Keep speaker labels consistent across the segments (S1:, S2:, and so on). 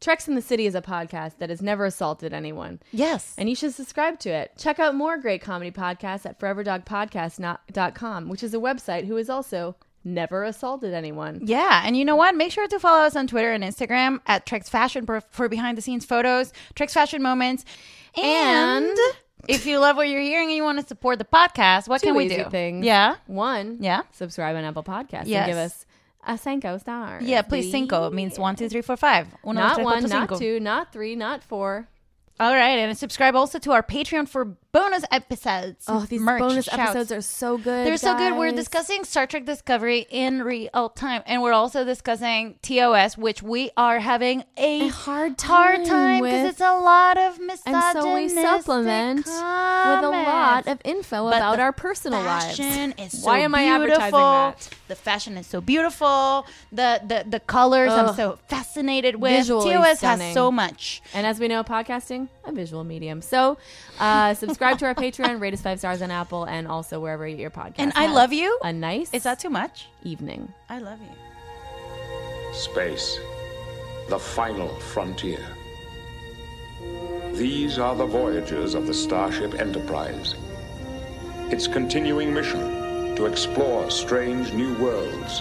S1: Treks in the City is a podcast that has never assaulted anyone,
S2: Yes.
S1: and you should subscribe to it. Check out more great comedy podcasts at foreverdogpodcast.com, which is a website who has also never assaulted anyone.
S2: Yeah, and you know what? Make sure to follow us on Twitter and Instagram at Trex Fashion for, for behind the scenes photos, Trex Fashion moments, and,
S1: And-
S2: if you love what you're hearing and you want to support the podcast, what
S1: Two
S2: can we
S1: easy
S2: do?
S1: things.
S2: Yeah,
S1: One,
S2: Yeah.
S1: subscribe on Apple Podcasts
S2: Yes.
S1: and give us a cinco star.
S2: yeah. Please, cinco It means one, two, three, four, five. Uno, dos,
S1: Not
S2: tres,
S1: one,
S2: cuatro,
S1: not
S2: cinco.
S1: two, not three, not four.
S2: All right, and subscribe also to our Patreon for bonus episodes.
S1: Oh, these
S2: merch,
S1: bonus
S2: shouts.
S1: episodes are so good.
S2: They're so good. We're
S1: guys.
S2: discussing Star Trek Discovery in real time, and we're also discussing TOS, which we are having a,
S1: A hard time
S2: hard time because
S1: with.
S2: it's a lot of misogynistic
S1: and so we supplement with a lot
S2: comments.
S1: of info
S2: But
S1: about
S2: the
S1: our personal
S2: fashion
S1: lives.
S2: Is so
S1: Why am I advertising
S2: beautiful.
S1: that?
S2: The fashion is so beautiful. The the the colors I'm
S1: Ugh.
S2: so fascinated with.
S1: Visually
S2: TOS has
S1: stunning.
S2: so much.
S1: And as we know, podcasting a visual medium. So, uh, subscribe to our Patreon, rate us five stars on Apple, and also wherever you get your podcast.
S2: And I
S1: Have
S2: love you.
S1: A nice
S2: Is that too much?
S1: evening.
S2: I love you.
S3: Space, the final frontier. These are the voyages of the Starship Enterprise. Its continuing mission to explore strange new worlds,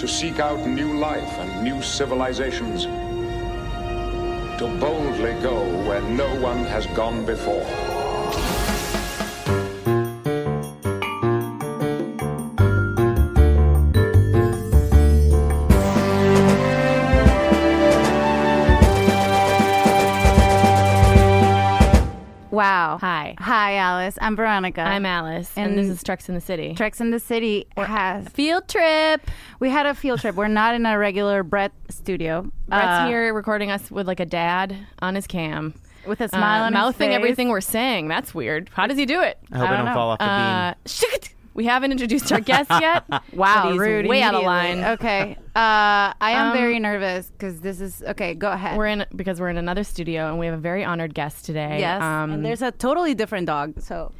S3: to seek out new life and new civilizations, to boldly go where no one has gone before.
S2: Wow.
S1: Hi.
S2: Hi, Alice. I'm Veronica.
S1: I'm Alice, and,
S2: and
S1: this is Trucks in the City.
S2: Treks in the City has.
S1: Field trip.
S2: We had a field trip. We're not in a regular Brett studio.
S1: Brett's
S2: Uh,
S1: here recording us with like a dad on his cam.
S2: with a smile
S1: Uh,
S2: on his
S1: mouthing
S2: face.
S1: everything we're saying. That's weird. How does he do it?
S4: I hope I
S2: don't
S4: don't,
S2: know.
S4: fall off the
S1: Uh, shit. We haven't introduced our guest yet. but
S2: Wow,
S1: he's
S2: rude.
S1: Way out of
S2: immediately. Oh.
S1: line.
S2: Okay. Uh, I am
S1: Um,
S2: very nervous because this is. Okay, go ahead.
S1: We're in because we're in another studio and we have a very honored guest today.
S2: yes.
S1: Um,
S2: and there's a totally different dog. So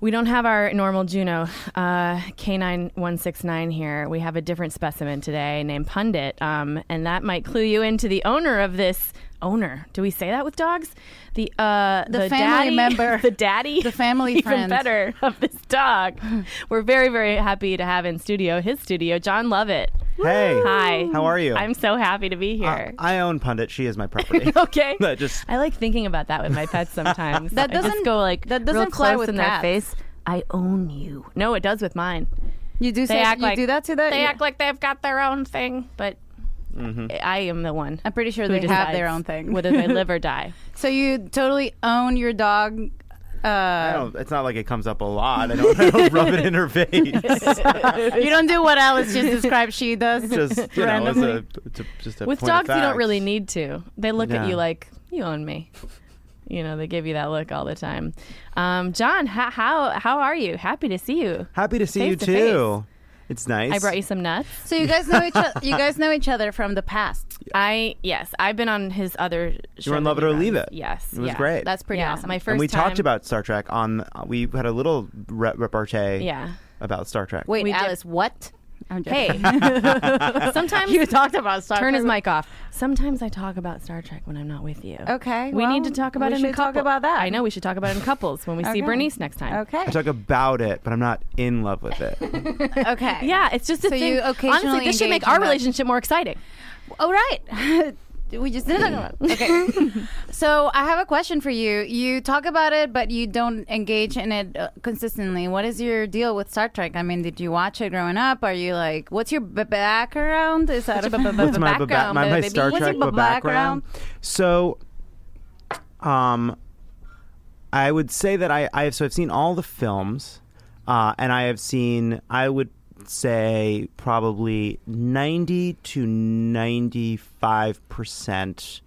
S1: we don't have our normal Juno uh, K9169 here. We have a different specimen today named Pundit. Um, and that might clue you into the owner of this owner. Do we say that with dogs? The uh, the,
S2: family
S1: daddy,
S2: member.
S1: the daddy,
S2: The family
S1: even
S2: friend.
S1: better of this dog. we're very very happy to have in studio his studio John Lovett.
S4: beam. Hey.
S1: Hi.
S4: How are you?
S1: I'm so happy to be
S4: Uh,
S1: here.
S4: I own Pundit. She is my property.
S1: okay.
S4: That just-
S1: I like thinking about that with my pets sometimes.
S2: That
S1: I
S2: doesn't-
S1: just go like
S2: that doesn't
S1: real
S2: fly
S1: close
S2: with
S1: in their
S2: cats.
S1: face. I own you. No, it does with mine.
S2: you do
S1: They
S2: say
S1: act
S2: you
S1: like
S2: do that to that.
S1: They
S2: Yeah.
S1: act like they've got their own thing, but
S4: Mm-hmm.
S1: I, I am the one.
S2: I'm pretty sure
S1: who
S2: they have their
S1: decides
S2: own thing.
S1: whether they live or die.
S2: so you totally own your dog.
S4: I
S2: Uh,
S4: don't, it's not like it comes up a lot. I don't, I don't rub it in her face.
S2: you don't do what Alice just described. She does.
S4: Just you know, as a,
S2: Randomly.
S4: to, just a
S1: With
S4: point of
S1: dogs, you don't
S4: fact.
S1: really need to. They look at
S4: No.
S1: you like you own me. You know, they give you that look all the time. Um, John, how, how how are you? Happy to see you.
S4: Happy to see
S1: Face
S4: you
S1: to
S4: too. It's nice.
S1: I brought you some nuts.
S2: So you guys know each. o- you guys know each other from the past.
S1: I yes, I've been on his other. show
S4: were in
S1: that
S4: Love
S1: he
S4: It or
S1: runs.
S4: Leave It.
S1: Yes,
S4: It was
S1: yeah.
S4: great.
S2: That's pretty
S1: yeah,
S2: awesome.
S1: my first.
S4: And we
S1: time-
S4: talked about Star Trek on. We had a little re- repartee.
S1: Yeah.
S4: About Star Trek.
S2: Wait,
S1: we did-
S2: Alice, what? I'm joking.
S1: Hey, sometimes
S2: you talked about Star
S1: turn
S2: Trek.
S1: his mic off. Sometimes I talk about Star Trek when I'm not with you.
S2: Okay,
S1: we
S2: well,
S1: need to talk about
S2: we
S1: it. in
S2: should talk
S1: couple-
S2: about that.
S1: I know we should talk about it in couples when we see
S2: Okay.
S1: Bernice next time.
S4: I
S2: Okay.
S4: talk about it, but I'm not in love with it.
S2: Okay.
S1: Yeah, it's just a
S2: So
S1: thing.
S2: you occasionally
S1: Honestly, this should make
S2: engage in
S1: our
S2: that.
S1: relationship more exciting.
S2: All Oh, right. we just did it. Okay. so I have a question for you. You talk about it, but you don't engage in it uh, consistently. What is your deal with Star Trek? I mean, did you watch it growing up? Are you like, what's your b- background? Is that a b- b-
S4: What's my, ba-
S2: background?
S4: my, my
S2: baby?
S4: Star
S2: What's
S4: Trek
S2: your
S4: ba- background? So, um, I would say that I, I have, so I've seen all the films, uh, and I have seen, I would say probably 90 to 95%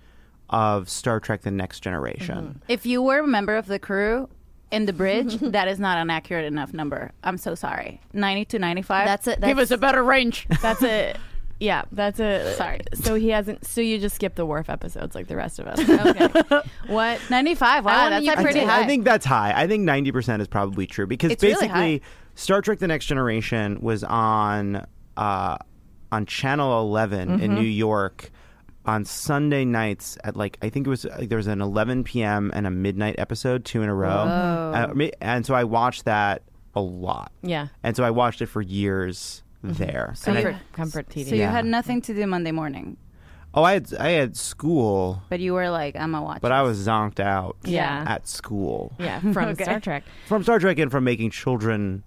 S4: of Star Trek The Next Generation.
S2: If you were a member of the crew in the bridge, that is not an accurate enough number. I'm so sorry. 90 to 95.
S1: That's it.
S2: Give us a better range.
S1: That's a. Yeah, that's a.
S2: Sorry.
S1: So he hasn't. So you just skip the wharf episodes like the rest of us. Okay. what?
S2: 95. Wow,
S1: want
S2: that's
S1: you
S2: a
S1: to-
S2: pretty
S4: I,
S2: high.
S4: I think that's high. I think 90% is probably true because
S2: It's really
S4: basically
S2: high.
S4: Star Trek The Next
S2: Mm-hmm.
S4: Generation was on uh, on Channel 11 in New York. on Sunday nights at like I think it was like, there was an 11 p.m. and a midnight episode two in a row, uh, me- and so I watched that a lot,
S1: Yeah.
S4: and so I watched it for years
S2: Mm-hmm.
S4: there. And I-
S1: Comfort, comfort TV.
S2: So you
S4: Yeah.
S2: had nothing to do Monday morning,
S4: oh, I had I had school,
S2: but you were like, I'm a watch.
S4: but I was zonked out
S1: Yeah.
S4: at school
S1: Yeah, from
S2: Okay.
S1: Star Trek.
S4: from Star Trek and from making children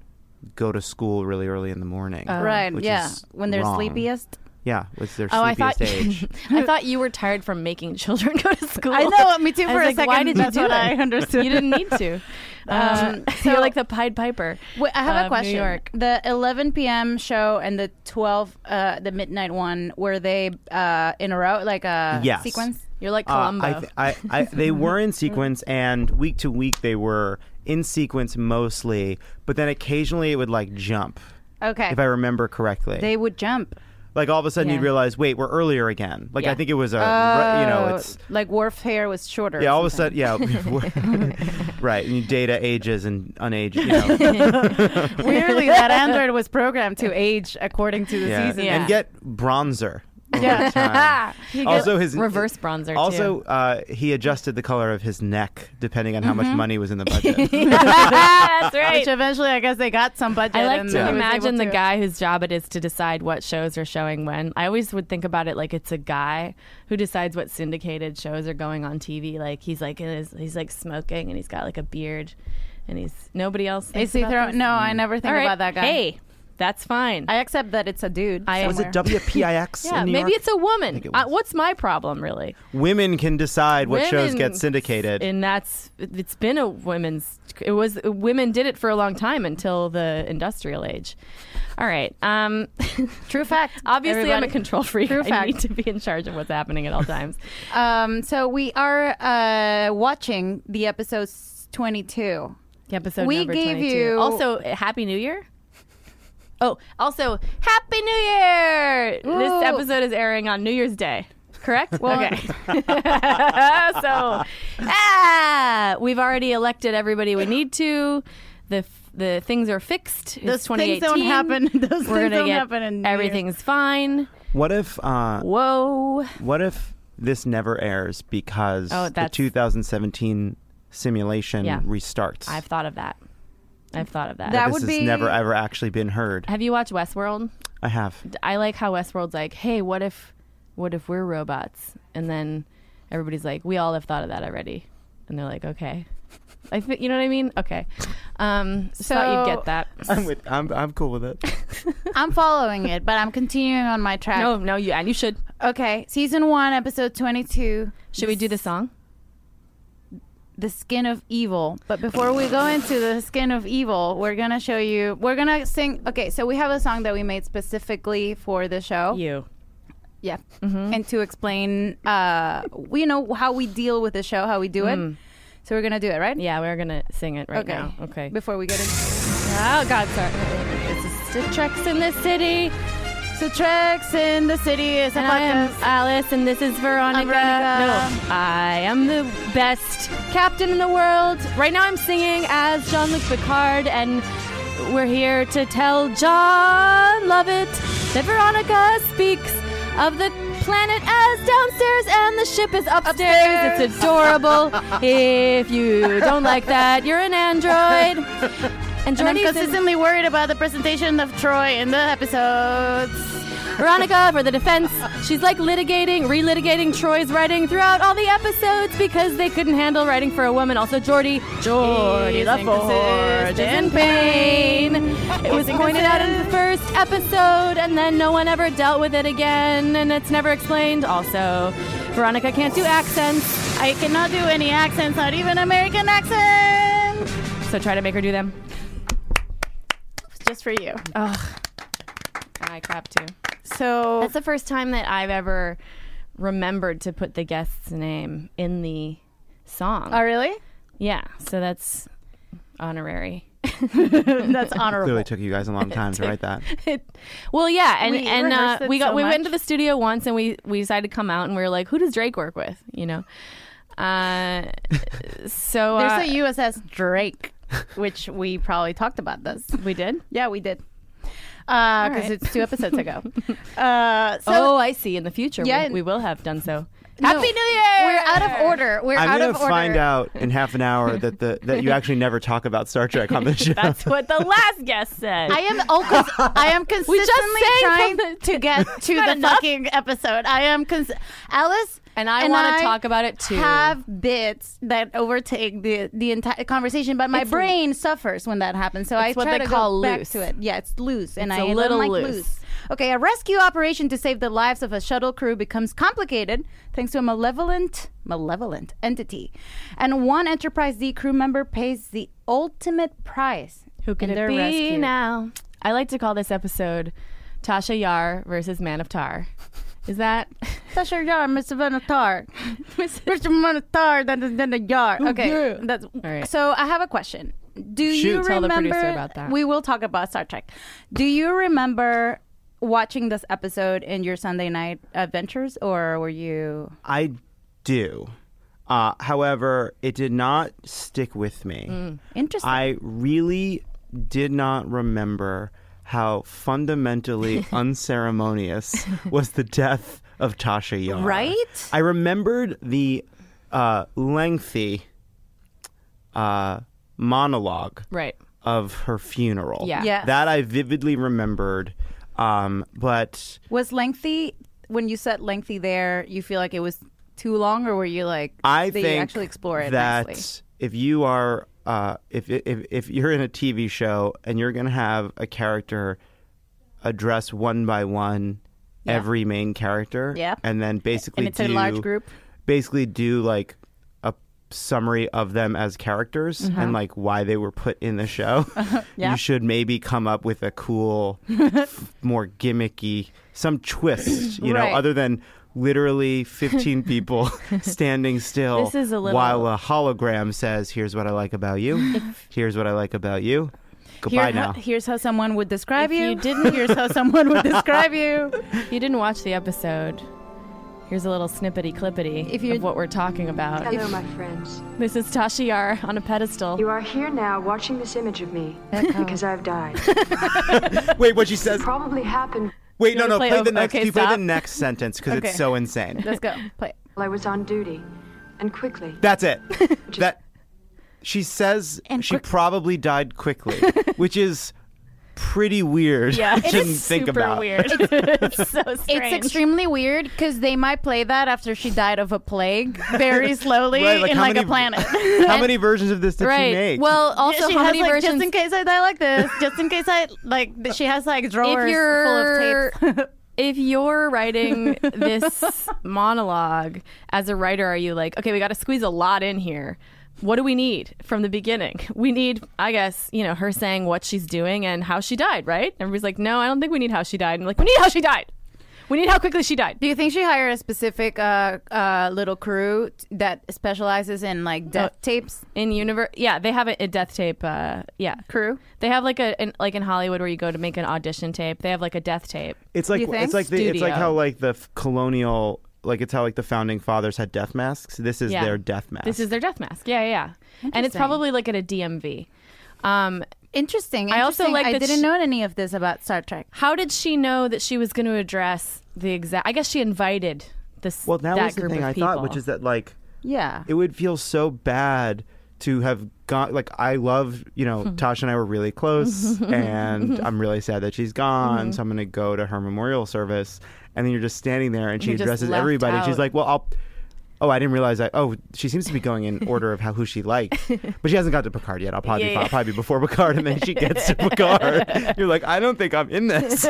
S4: go to school really early in the morning.
S2: right,
S4: which
S2: yeah,
S4: is
S2: when they're
S4: wrong.
S2: sleepiest.
S4: yeah, was their
S1: Uh, Oh, I
S4: sleepiest
S1: thought
S4: age.
S1: I thought you were tired from making children go to school.
S2: I know, me too.
S1: I
S2: For
S1: was
S2: a
S1: like,
S2: second,
S1: why did you
S2: that's
S1: do
S2: what
S1: that?
S2: I understood.
S1: You didn't need to. Um,
S2: so-
S1: you're like the Pied Piper.
S2: Wait, I have
S1: of
S2: a question.
S1: New York.
S2: The 11 p.m. show and the 12, uh, the midnight one, were they uh, in a row, like a
S4: Yes.
S2: sequence?
S1: You're like
S4: Uh,
S1: Columbo.
S4: I, th- I, I, they were in sequence, and week to week they were in sequence mostly, but then occasionally it would like jump,
S2: Okay.
S4: if I remember correctly.
S2: they would jump.
S4: like all of a sudden
S1: Yeah.
S4: you'd realize, wait, we're earlier again. Like
S1: Yeah.
S4: I think it was a, re- you know,
S2: Oh,
S4: it's
S2: like Worf hair was shorter. or
S4: yeah, all of a
S2: something.
S4: sudden, yeah, we're- right. And data ages and unage, you know,
S2: Weirdly, that android was programmed to age according to the
S4: yeah.
S2: season.
S1: Yeah.
S4: and get bronzer. over
S2: Yeah.
S4: time. also, his
S1: reverse bronzer.
S4: Also,
S1: too.
S4: uh, he adjusted the color of his neck depending on how
S1: Mm-hmm.
S4: much money was in the budget.
S1: that's right.
S2: Which eventually, I guess they got some budget.
S1: I like
S2: and
S1: to
S2: then he was
S1: imagine
S2: able
S1: the
S2: to-
S1: guy whose job it is to decide what shows are showing when. I always would think about it like it's a guy who decides what syndicated shows are going on TV. Like he's like in his, he's like smoking and he's got like a beard, and he's nobody else.
S2: Is
S1: thinks
S2: he
S1: about
S2: throw-
S1: this.
S2: No, I never think
S1: All right.
S2: about that guy.
S1: Hey, that's fine.
S2: I accept that it's a dude.
S1: I-
S4: was
S2: somewhere.
S4: it WPIX?
S1: yeah,
S4: in New
S1: maybe
S4: York?
S1: it's a woman.
S4: it
S1: Uh,
S4: was.
S1: what's my problem, really?
S4: women can decide what shows
S1: Women-
S4: get syndicated.
S1: and that's it's been a women's it was women did it for a long time until the industrial age all right um
S2: True fact.
S1: obviously i'm a
S2: everybody.
S1: control freak
S2: True
S1: i
S2: fact.
S1: need to be in charge of what's happening at all times
S2: Um, so we are uh, watching the episodes 22.
S1: episode
S2: We
S1: number
S2: gave
S1: 22.
S2: you-
S1: also happy new year oh also happy new year
S2: Ooh.
S1: this episode is airing on new year's day correct well, okay so ah, we've already elected everybody we need to the f- the things are fixed It's
S2: Those
S1: 2018
S2: things don't happen. Those
S1: we're
S2: things
S1: gonna
S2: don't
S1: get
S2: happen in New Year's.
S1: everything's fine
S4: what if uh,
S1: whoa
S4: what if this never airs because
S1: Oh,
S4: the
S1: that's-
S4: 2017 simulation
S1: Yeah.
S4: restarts?
S1: i've thought of that i've thought of that,
S2: That-
S4: this
S2: would
S4: has
S2: be-
S4: never ever actually been heard.
S1: have you watched westworld
S4: I have.
S1: I like how Westworld's like, hey, what if, what if we're robots? And then everybody's like, we all have thought of that already, and they're like, okay, I think you know what I mean. Okay, um, so thought you'd
S2: So-
S1: get that.
S4: I'm with. I'm. I'm cool with it.
S2: I'm following it, but I'm continuing on my track.
S1: No, no, you and you should.
S2: Okay, season one, episode 22.
S1: Should we do the song?
S2: the skin of evil. But before we go into the skin of evil, we're gonna show you. We're gonna sing. Okay, so we have a song that we made specifically for the show.
S1: You.
S2: Yeah,
S1: Mm-hmm.
S2: and to explain, uh, we- you know how we deal with the show, how we do
S1: Mm.
S2: it. So we're gonna do it, right?
S1: Yeah, we're gonna sing it right
S2: Okay.
S1: now. Okay.
S2: Before we get into
S1: oh God, sorry. This is the Treks in the City,
S2: so tracks in the city is a
S1: and I am
S2: podcast.
S1: Alice, and this is Veronica.
S2: I'm Veronica.
S1: No, I am the best captain in the world. Right now, I'm singing as Jean-Luc Picard, and we're here to tell John Lovett that Veronica speaks of the planet as downstairs, and the ship is upstairs. It's adorable. if you don't like that, you're an android. And
S2: And I'm
S1: Jordy's in-
S2: consistently worried about the presentation of Troy in the episodes.
S1: Veronica for the defense. She's like litigating, relitigating Troy's writing throughout all the episodes because they couldn't handle writing for a woman. Also, Jordy, Jordy
S2: He's
S1: LaForge is in
S2: inconsistent.
S1: pain. It was
S2: He's
S1: pointed out in the first episode, and then no one ever dealt with it again, and it's never explained. Also, Veronica can't do accents,
S2: I cannot do any accents, not even American accent.
S1: so try to make her do them.
S2: Just for you.
S1: Ugh. I clap too.
S2: So
S1: That's the first time that I've ever remembered to put the guest's name in the song.
S2: Oh, really?
S1: Yeah, so that's honorary.
S2: That's honorable.
S4: Clearly took you guys a long time to write that.
S1: Well, yeah, and
S2: We
S1: and uh,
S2: rehearsed it
S1: we got
S2: so
S1: we went
S2: much.
S1: to the studio once, and we we decided to come out, and we were like, who does Drake work with? You know, uh, so uh,
S2: There's a USS Drake, which we probably talked about this.
S1: we did.
S2: Yeah, we did. because
S1: right.
S2: it's two episodes ago. uh, so
S1: oh, I see. In the future,
S2: Yeah,
S1: we,
S2: and-
S1: we will have done so.
S2: No.
S1: Happy New Year!
S2: we're out of order. We're
S4: I'm
S2: out
S4: gonna
S2: of order.
S4: find out in half an hour that the that you actually never talk about Star Trek on the show.
S1: That's what the last guest said.
S2: I am oh, cons- I am consistently
S1: sang
S2: trying
S1: from the-
S2: to get to
S1: not
S2: the
S1: enough.
S2: fucking episode. I am cons- Alice
S1: And I wanna talk about it too.
S2: Have bits that overtake the the entire conversation, but my
S1: It's-
S2: brain suffers when that happens. So I
S1: what
S2: try
S1: they
S2: to
S1: call
S2: go
S1: loose.
S2: back to it. Yeah, it's loose, and
S1: It's
S2: I
S1: a
S2: don't
S1: little
S2: like
S1: loose.
S2: Okay, a rescue operation to save the lives of a shuttle crew becomes complicated thanks to a malevolent, malevolent entity, and one Enterprise D crew member pays the ultimate price.
S1: Who can
S2: in
S1: it
S2: their
S1: be
S2: rescue.
S1: now? I like to call this episode Tasha Yar versus Man of Tar. Is that
S2: That's your yard, Mr. Benatar. Mr. Benatar, that is then a yard. Okay,
S1: yeah.
S2: that's
S1: right.
S2: so. I have a question. Do you
S4: Shoot.
S1: Tell
S2: remember?
S1: the producer about that.
S2: We will talk about Star Trek. Do you remember watching this episode in your Sunday night adventures, or were you?
S4: I do. Uh, however, it did not stick with me.
S2: Interesting.
S4: I really did not remember how fundamentally unceremonious was the death of Tasha Yar.
S2: Right?
S4: I remembered the uh, lengthy uh, monologue
S1: right?
S4: of her funeral.
S1: Yeah.
S2: Yes.
S4: That I vividly remembered. Um, but
S2: was lengthy when you said lengthy there. You feel like it was too long, or were you like
S4: I
S2: did
S4: think
S2: you actually explore it
S4: that
S2: nicely?
S4: if you are uh, if, if if you're in a TV show and you're going to have a character address one by one every main character,
S2: Yeah.
S4: and then basically
S2: And it's a
S4: do-
S2: large group.
S4: basically do like a summary of them as characters and like why they were put in the show.
S2: Yeah.
S4: You should maybe come up with a cool, more gimmicky, some twist, you
S2: Right.
S4: know, other than literally 15 people standing still
S1: This is a little-
S4: while a hologram says, Here's what I like about you. Here's what I like about you.
S2: Here-
S4: Goodbye now.
S2: Here's how someone would describe
S1: If
S2: you.
S1: you didn't-
S2: here's how someone would describe you.
S1: If you didn't watch the episode, here's a little snippety clippity
S2: If you-
S1: of what we're talking about.
S5: Hello, my friends.
S1: This is Tasha Yar on a pedestal.
S5: You are here now watching this image of me because I've died.
S4: Wait, what she says.
S5: Probably happened
S4: Wait, no,
S1: wanna
S4: no.
S1: play
S4: Play,
S1: over-
S4: the next.
S1: okay,
S4: you play
S1: stop.
S4: the next sentence because
S2: Okay.
S4: it's so insane.
S2: Let's go. Play. it.
S5: while I was on duty, and quickly.
S4: That's it. that she says
S2: And
S4: she
S2: quick-
S4: probably died quickly, which is pretty weird.
S1: yeah,
S4: to
S1: it is
S4: think
S1: super
S4: about.
S1: weird. It's, so strange.
S2: It's extremely weird because they might play that after she died of a plague very slowly
S4: Right, like
S2: in
S4: how
S2: like a
S4: many-
S2: planet.
S4: How many versions of this did
S1: Right.
S4: she make?
S2: Well, also
S1: she
S2: how
S1: has,
S2: many
S1: like,
S2: versions?
S1: just in
S2: Just in case I die like this. Just in case I like. She has like drawers
S1: you're-
S2: full of tapes.
S1: if you're writing this monologue as a writer, are you like, okay, we got to squeeze a lot in here? What do we need from the beginning? We need, I guess, you know, her saying what she's doing and how she died, right? Everybody's like, no, I don't think we need how she died. I'm like, we need how she died. We need how quickly she died.
S2: Do you think she hired a specific uh, uh, little crew t- that specializes in like death tapes?
S1: In universe, yeah, they have a, a death tape. Uh, yeah,
S2: Crew?
S1: They have like a in, like in Hollywood where you go to make an audition tape. They have like a death tape.
S4: it's like
S2: you think?
S4: it's like the, it's like
S1: Studio.
S4: how like the f- colonial like it's how like the founding fathers had death masks. This is
S1: Yeah.
S4: their death mask.
S1: This is their death mask. Yeah, yeah, yeah. And it's
S2: Interesting.
S1: probably like at a DMV. Um,
S2: Interesting.
S1: I also
S2: interesting.
S1: like
S2: I
S1: that
S2: didn't
S1: she-
S2: know any of this about Star Trek.
S1: How did she know that she was going to address the exact? I guess she invited this.
S4: well, that,
S1: that
S4: was the
S1: group
S4: thing
S1: of
S4: I
S1: people.
S4: thought, which is that like
S2: Yeah.
S4: it would feel so bad to have gone like i love you
S1: Hmm.
S4: know tasha and i were really close and i'm really sad that she's gone
S1: Mm-hmm.
S4: so i'm going to go to her memorial service and then you're just standing there and she
S1: You're just
S4: addresses
S1: left
S4: everybody
S1: out.
S4: she's like well i'll oh i didn't realize i oh she seems to be going in order of how who she liked but she hasn't got to picard yet i'll probably,
S1: Yeah, yeah.
S4: I'll probably be before picard and then she gets to picard you're like i don't think i'm in this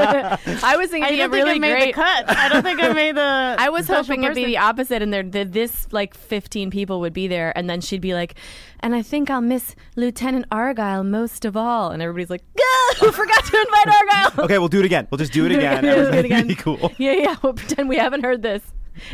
S1: I was thinking
S2: I
S1: it'd
S2: don't
S1: be
S2: think
S1: really
S2: I made
S1: great.
S2: the cut. I don't think I made the.
S1: I was
S2: special
S1: hoping it'd be
S2: person.
S1: the opposite, and there that this like fifteen people would be there, and then she'd be like, "And I think I'll miss Lieutenant Argyle most of all," and everybody's like, "Gah, we forgot to invite Argyle."
S4: okay we'll do it again we'll just do it again
S1: Let's do it
S4: Everything will
S1: again.
S4: be cool
S1: Yeah, yeah. We'll pretend we haven't heard this.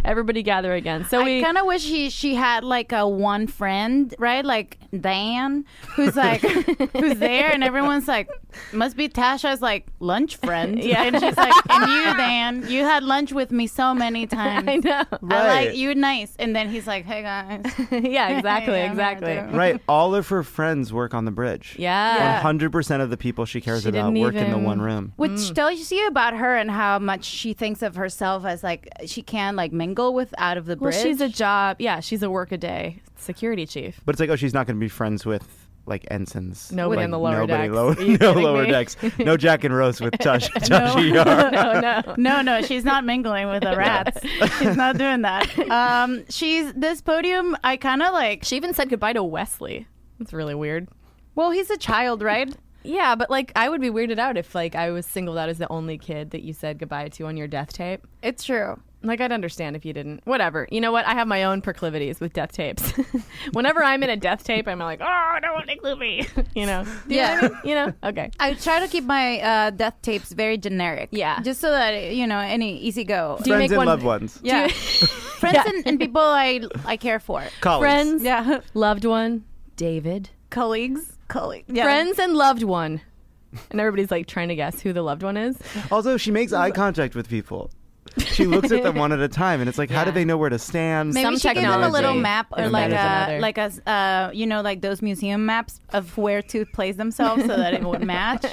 S1: Everybody gather again. So
S2: I
S1: we
S2: kind of wish he she had like a one friend, right? Like Dan, who's like who's there, and everyone's like, must be Tasha's like lunch friend. Yeah, and she's like, and you, Dan, you had lunch with me so many times.
S1: I know.
S2: I
S4: Right.
S2: like you, nice. And then he's like, hey guys,
S1: yeah, exactly,
S2: Yeah, I'm not
S1: exactly.
S2: doing-
S4: right. All of her friends work on the bridge.
S1: Yeah.
S4: 100% of the people she cares
S1: She
S4: about
S1: didn't
S4: work in the
S1: even-
S4: one room.
S2: Which tells you about her and how much she thinks of herself as like she can like mingle with out of the
S1: Well,
S2: bridge.
S1: she's a job. Yeah, she's a workaday security chief.
S4: But it's like, oh, she's not going to be friends with like ensigns.
S1: Nobody
S4: like,
S1: on the lower
S4: nobody
S1: decks.
S4: Lower,
S1: Are you
S4: no
S1: kidding
S4: lower
S1: me?
S4: decks. No Jack and Rose with Tush, Tush ER.
S1: No, no.
S2: No, no, she's not mingling with the rats. she's not doing that. Um, she's this podium. I kind of like.
S1: She even said goodbye to Wesley. That's really weird.
S2: Well, he's a child, right?
S1: Yeah, but like I would be weirded out if like I was singled out as the only kid that you said goodbye to on your death tape.
S2: It's true.
S1: Like I'd understand if you didn't. Whatever. You know what? I have my own proclivities with death tapes. Whenever I'm in a death tape, I'm like, oh, I don't want to include me. you know. Do you know what I mean? You know. Okay.
S2: I try to keep my uh, death tapes very generic.
S1: Yeah.
S2: Just so that you know, any easy go.
S1: you
S4: Friends
S1: make
S4: and
S1: one-
S4: loved ones.
S1: Do
S2: yeah.
S1: you-
S2: Friends and, and people I I care for.
S4: Colleagues.
S1: friends,
S2: Yeah.
S1: loved one, David.
S2: Colleagues. Colleagues. Yeah.
S1: Friends and loved one. And everybody's like trying to guess who the loved one is.
S4: Also, she makes eye contact with people. She looks at them one at a time, and it's like, how do they know where to stand?
S2: Maybe
S1: Some
S2: she gave them a little
S1: technology
S2: map or
S1: is
S2: like
S1: better than
S2: a
S1: other.
S2: like a s- uh, you know like those museum maps of where to place themselves so that it would match.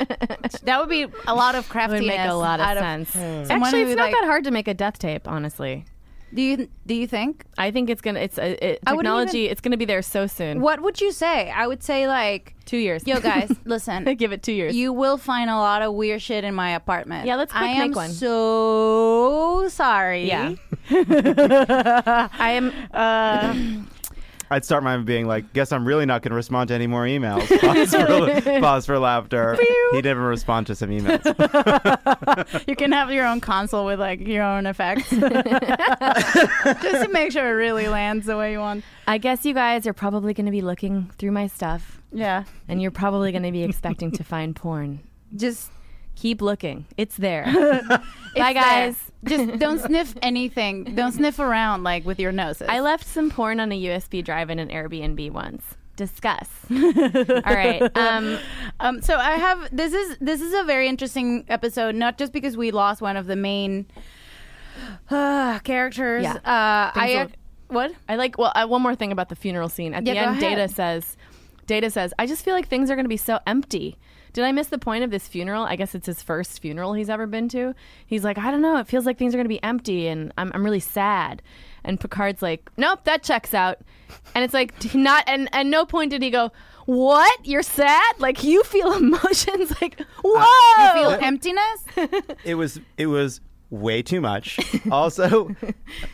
S2: that would be a lot of
S1: That
S2: craftiness.
S1: would make a lot of
S2: out Hmm.
S1: sense.
S2: someone
S1: Actually,
S2: who,
S1: it's not
S2: like-
S1: that hard to make a death tape, honestly.
S2: Do you do you think?
S1: I think it's gonna. It's uh, it,
S2: I wouldn't
S1: technology. It's gonna be there so soon.
S2: What would you say? I would say like,
S1: Two years.
S2: yo guys, listen.
S1: give it two years.
S2: You will find a lot of weird shit in my apartment.
S1: Yeah, let's quick
S2: I am
S1: make one.
S2: so sorry.
S1: yeah. I am.
S2: Uh,
S4: I'd start mine being like, guess I'm really not going to respond to any more emails. Pause for, pause for laughter. He didn't even respond to some emails.
S2: You can have your own console with like your own effects. Just to make sure it really lands the way you want.
S1: I guess you guys are probably gonna be looking through my stuff,
S2: Yeah.
S1: and you're probably gonna be expecting to find porn.
S2: Just
S1: Keep looking. It's there. Bye, guys.
S2: Just don't sniff anything. Don't sniff around like with your noses.
S1: I left some porn on a USB drive in an Airbnb once. Discuss. All right. Um,
S2: um, so I have this is this is a very interesting episode, not just because we lost one of the main uh, characters.
S1: Yeah.
S2: Uh, I
S1: Things
S2: what?
S1: I like well uh, one more thing about the funeral scene. At
S2: Yeah,
S1: the
S2: go
S1: end, Data
S2: ahead.
S1: says, Data says, I just feel like things are going to be so empty. Did I miss the point of this funeral? I guess it's his first funeral he's ever been to. He's like, I don't know. It feels like things are going to be empty, and I'm, I'm really sad. And Picard's like, Nope, that checks out. And it's like t- not. And at no point did he go, What? You're sad? Like you feel emotions? Like whoa.
S2: Feel emptiness.
S4: it was it was way too much. Also,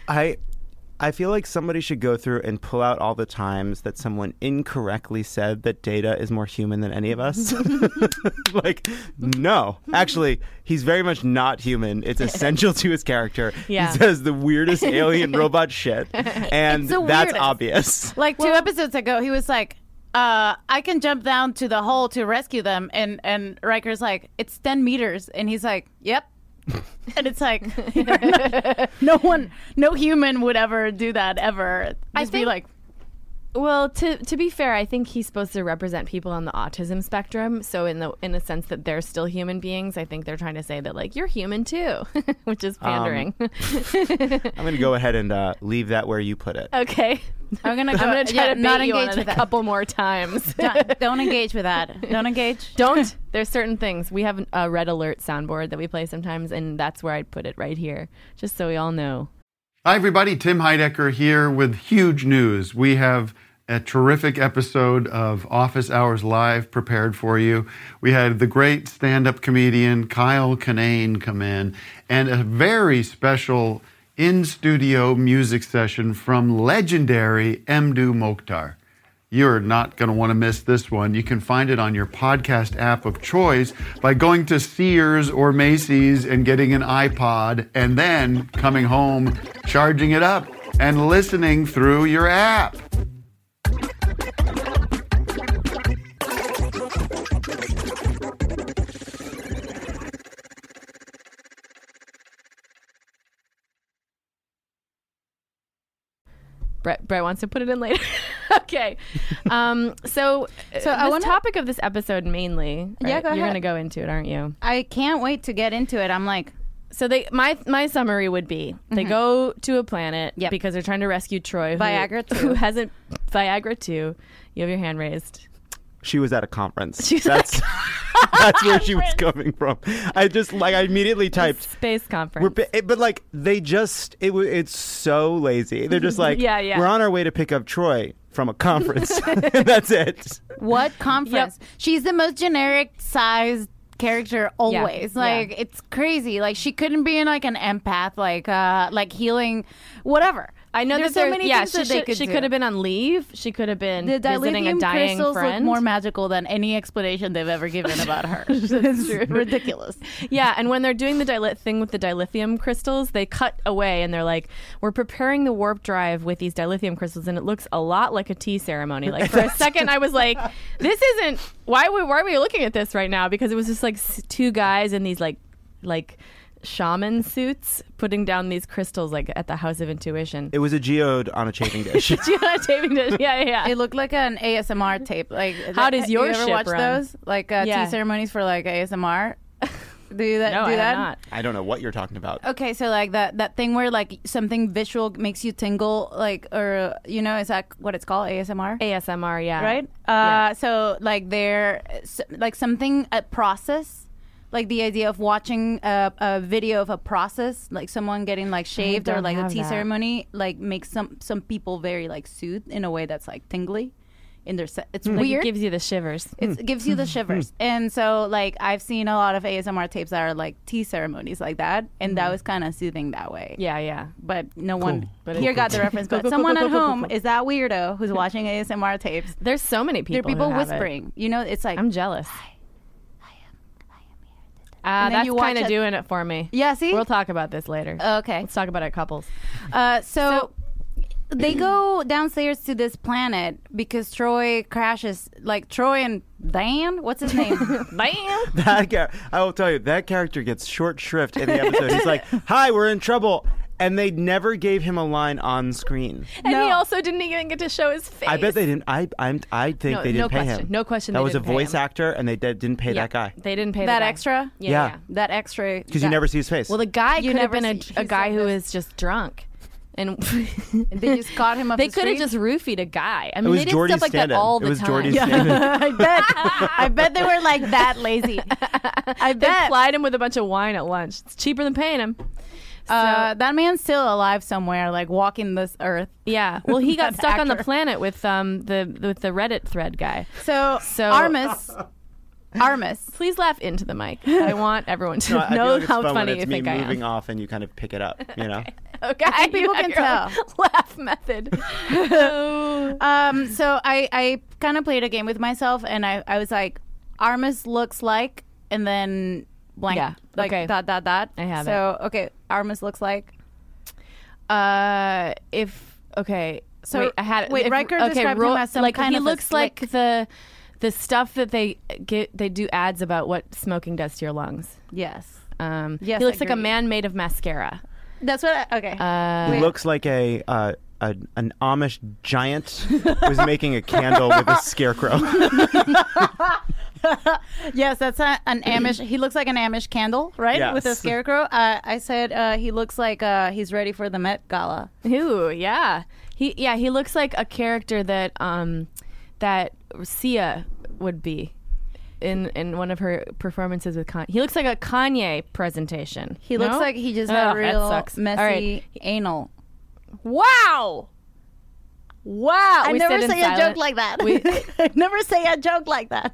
S4: I I feel like somebody should go through and pull out all the times that someone incorrectly said that Data is more human than any of us. like, no, actually, he's very much not human. It's essential to his character.
S1: Yeah.
S4: He says the weirdest alien robot shit, and
S2: It's the
S4: that's
S2: weirdest.
S4: obvious.
S2: Like two episodes ago, he was like, uh, "I can jump down to the hole to rescue them," and and Riker's like, "It's ten meters," and he's like, "Yep." and it's like you're not- no one, no human would ever do that ever. Just
S1: I
S2: be
S1: think-
S2: like,
S1: Well, to to be fair, I think he's supposed to represent people on the autism spectrum. So in the in a sense that they're still human beings, I think they're trying to say that like you're human too, which is pandering.
S4: I'm gonna go ahead and uh, leave that where you put it.
S1: okay,
S2: "I'm gonna,
S1: I'm gonna try
S2: yeah,
S1: to bait
S2: not
S1: you on
S2: engage
S1: it
S2: with
S1: a
S2: that.
S1: couple more times.
S2: Don't, don't engage with that. Don't engage.
S1: Don't. There's certain things we have a red alert soundboard that we play sometimes, and that's where I'd put it right here, just so we all know.
S6: Hi, everybody. Tim Heidecker here with huge news. We have a terrific episode of Office Hours Live prepared for you. We had the great stand up comedian Kyle Kinane come in and a very special in studio music session from legendary Mdu Mokhtar. You're not going to want to miss this one. You can find it on your podcast app of choice by going to Sears or Macy's and getting an iPod and then coming home, charging it up, and listening through your app.
S1: Brett, Brett wants to put it in later. okay. Um, so, so
S2: I
S1: the
S2: wanna-
S1: topic of this episode mainly.
S2: Yeah,
S1: right?
S2: go
S1: You're
S2: ahead.
S1: gonna go into it, aren't you?
S2: I can't wait to get into it. I'm like,
S1: So they my my summary would be they go to a planet
S2: Yep.
S1: because they're trying to rescue Troy who-
S2: Viagra two.
S1: who hasn't Viagra two. You have your hand raised.
S4: She was at a conference. that's that's where she was coming from. I just like I immediately typed.
S1: Space conference.
S4: We're, bi- it- but like they just it wa- it's so lazy. They're just like
S1: Yeah, yeah.
S4: We're on our way to pick up Troy from a conference. that's it.
S2: what conference? She's the most generic sized character always.
S1: yeah.
S2: Like it's crazy. Like she couldn't be in like an empath, like uh like healing, whatever.
S1: I know that
S2: There's so
S1: there-
S2: many
S1: yeah,
S2: things
S1: she
S2: that they
S1: should-
S2: could
S1: she
S2: do.
S1: could have been on leave. She could have been
S2: The
S1: visiting
S2: dilithium
S1: a dying
S2: crystals
S1: friend.
S2: look more magical than any explanation they've ever given about her. it's ridiculous.
S1: Yeah, and when they're doing the dilith thing with the dilithium crystals, they cut away and they're like, "We're preparing the warp drive with these dilithium crystals, and it looks a lot like a tea ceremony." Like for a second, I was like, "This isn't why we why are we looking at this right now?" Because it was just like s- two guys in these like like shaman suits putting down these crystals like at the House of Intuition.
S4: It was a geode on a chafing dish.
S1: Do you know what I'm saying? yeah, yeah, yeah.
S2: It looked like an ASMR tape. Like,
S1: How does your
S2: you ever
S1: ship
S2: watch
S1: run?
S2: those? Like uh,
S1: Yeah.
S2: tea ceremonies for like ASMR. do you that?
S1: No,
S2: do
S1: I
S2: that?
S1: am not.
S4: I don't know what you're talking about.
S2: Okay, so like that that thing where like something visual makes you tingle, like or you know, is that what it's called? ASMR.
S1: ASMR, yeah.
S2: right? Uh,
S1: Yeah.
S2: So like there, s- like something a process, like the idea of watching a, a video of a process, like someone getting like shaved or
S1: don't
S2: like a
S1: have
S2: tea
S1: that.
S2: ceremony, like makes some some people very like soothed in a way that's like tingly, in their se- it's
S1: Mm-hmm. Like,
S2: weird.
S1: It gives Mm-hmm. you the shivers.
S2: It's- it gives you the shivers. And so, like, I've seen a lot of ASMR tapes that are like tea ceremonies like that. And
S1: Mm-hmm.
S2: that was kind of soothing that way.
S1: Yeah, yeah.
S2: But no one
S1: But
S2: here
S1: it-
S2: got the reference. But
S1: cool, cool,
S2: someone
S1: cool,
S2: at
S1: cool, cool,
S2: home
S1: cool.
S2: is that weirdo who's watching ASMR tapes.
S1: There's so many people.
S2: There are people
S1: who have it.
S2: whispering. You know, it's like,
S1: I'm jealous. Uh,
S2: And then
S1: that's
S2: you watch
S1: kind of
S2: it-
S1: doing it for me.
S2: yeah, Uh, see?
S1: We'll talk about this later.
S2: okay.
S1: Let's talk about it couples.
S2: Uh, so, they go downstairs to this planet because Troy crashes. Like, Troy and Dan? What's his name?
S1: Bam!
S4: that char- I will tell you, that character gets short shrift in the episode. He's like, "Hi, we're in trouble," and they never gave him a line on screen.
S1: And
S2: No.
S1: he also didn't even get to show his face.
S4: I bet they didn't. I I'm, I think
S1: No-
S4: they didn't
S1: no
S4: pay
S1: question.
S4: him.
S1: No question
S4: That
S1: they
S4: was
S1: didn't
S4: a
S1: pay
S4: voice
S1: him.
S4: actor, and they did, didn't pay
S1: Yeah.
S4: that guy
S1: They didn't pay the
S2: that
S1: guy.
S2: extra?
S1: Yeah.
S4: Yeah.
S1: yeah.
S2: That extra.
S4: because you never see his face.
S1: Well, the guy
S2: You
S1: could have
S2: never
S1: been a,
S2: see-
S1: a
S2: he's
S1: guy
S2: like
S1: who
S2: this.
S1: is just drunk, and
S2: They just caught him up
S1: they
S2: the
S1: could have
S2: street?
S1: just roofied a guy. I mean,
S4: it was
S1: they did
S4: Jordy's
S1: stuff like
S4: stand
S1: that all
S4: in.
S1: the
S4: It was
S1: time.
S4: Jordy's stand in.
S2: I bet. I bet they were like that lazy. I
S1: They
S2: bet.
S1: plied him with a bunch of wine at lunch. It's cheaper than paying him.
S2: Uh, that man's still alive somewhere, like walking this earth.
S1: Yeah. Well, he got
S2: That
S1: stuck on the
S2: actor.
S1: planet with um the with the Reddit thread guy.
S2: So,
S1: So-
S2: Armus, Armus.
S1: Please laugh into the mic. I want everyone to
S4: No, I feel
S1: know
S4: like it's
S1: how
S4: fun when
S1: funny
S4: it's
S1: you
S4: me
S1: think I am.
S4: moving off, and you kind of pick it up. You know,
S1: Okay,
S2: think people
S1: you have
S2: can
S1: your own laugh method. Oh.
S2: Um, so I I kind of played a game with myself, and I I was like, Armus looks like, and then blank,
S1: Yeah,
S2: like
S1: okay.
S2: dot dot dot.
S1: I have
S2: so okay, Armus looks like.
S1: Uh, if okay, so wait, I had it.
S2: wait,
S1: If-
S2: Riker described him as some
S1: like
S2: kind
S1: he
S2: of a
S1: looks
S2: slick-
S1: like the the stuff that they get. They do ads about what smoking does to your lungs.
S2: Yes,
S1: Um,
S2: Yes,
S1: he looks like a
S2: agreed.
S1: man made of mascara.
S2: that's what. I, okay,
S1: Uh,
S2: Wait.
S4: looks like a. Uh, a, an Amish giant was making a candle with a scarecrow.
S2: Yes, that's a, an Amish. He looks like an Amish candle, right?
S4: Yes.
S2: With a scarecrow. Uh, I said uh, he looks like uh, he's ready for the Met Gala.
S1: Ooh, yeah. He yeah he looks like a character that um that Sia would be. In, in one of her performances with Kanye, he looks like a Kanye presentation.
S2: He looks
S1: No?
S2: like he just
S1: Oh,
S2: had
S1: that
S2: real
S1: sucks. All
S2: messy
S1: right.
S2: anal.
S1: Wow. Wow.
S2: I
S1: We
S2: never
S1: sit in
S2: say a joke
S1: silence-
S2: like that.
S1: We,
S2: I never say a joke like that.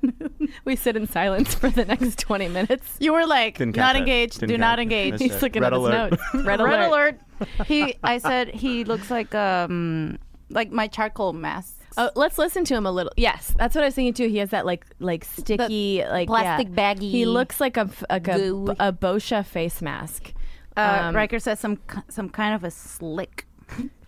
S1: we sit in silence for the next 20 minutes.
S2: you were like
S4: Didn't catch
S2: not
S4: it.
S2: engaged.
S4: Didn't
S2: Do
S4: catch
S2: not
S4: it.
S2: engage.
S4: Missed
S1: He's
S4: it.
S1: looking at
S4: Red
S1: his
S4: alert.
S1: notes. Red alert.
S2: Red alert. He. I said he looks like um like my charcoal mask.
S1: Oh, let's listen to him a little. Yes, that's what I was thinking too. He has that like like sticky like
S2: plastic
S1: yeah.
S2: baggy
S1: He looks like a like a,
S2: goo.
S1: a Boscia face mask.
S2: Uh,
S1: Um,
S2: Riker says some ki- some kind of a slick.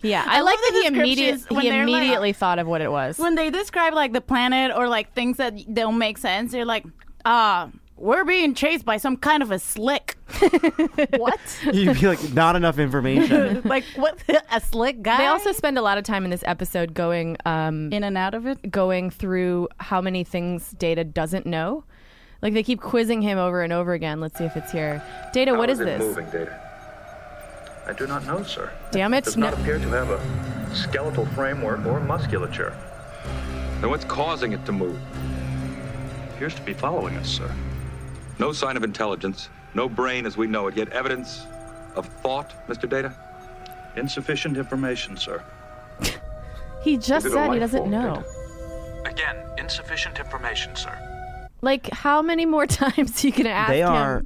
S1: Yeah, I, like
S2: love the
S1: that he
S2: descriptions
S1: immediately
S2: when
S1: he
S2: they're like-
S1: immediately thought of what it was.
S2: when they describe like the planet or like things that don't make sense, they're like, ah, we're being chased by some kind of a slick. what?
S4: You'd be like, not enough information.
S2: like what? A slick guy?
S1: They also spend a lot of time in this episode going um,
S2: in and out of it.
S1: going through how many things Data doesn't know. Like they keep quizzing him over and over again. Let's see if it's here. Data, what
S7: How
S1: is
S7: it
S1: this?
S7: Moving data. I do not know, sir.
S1: Damn it,
S7: Does
S1: no-
S7: not appear to have a skeletal framework or musculature.
S8: Then what's causing it to move?
S7: Appears to be following us, sir.
S8: No sign of intelligence, no brain as we know it, yet evidence of thought, Mr. Data?
S7: Insufficient information, sir.
S1: He just
S7: Is it a
S1: said he
S7: life
S1: doesn't
S7: form,
S1: know.
S7: Data?
S9: Again, insufficient information, sir.
S1: Like how many more times you can ask
S4: they
S1: him?
S4: are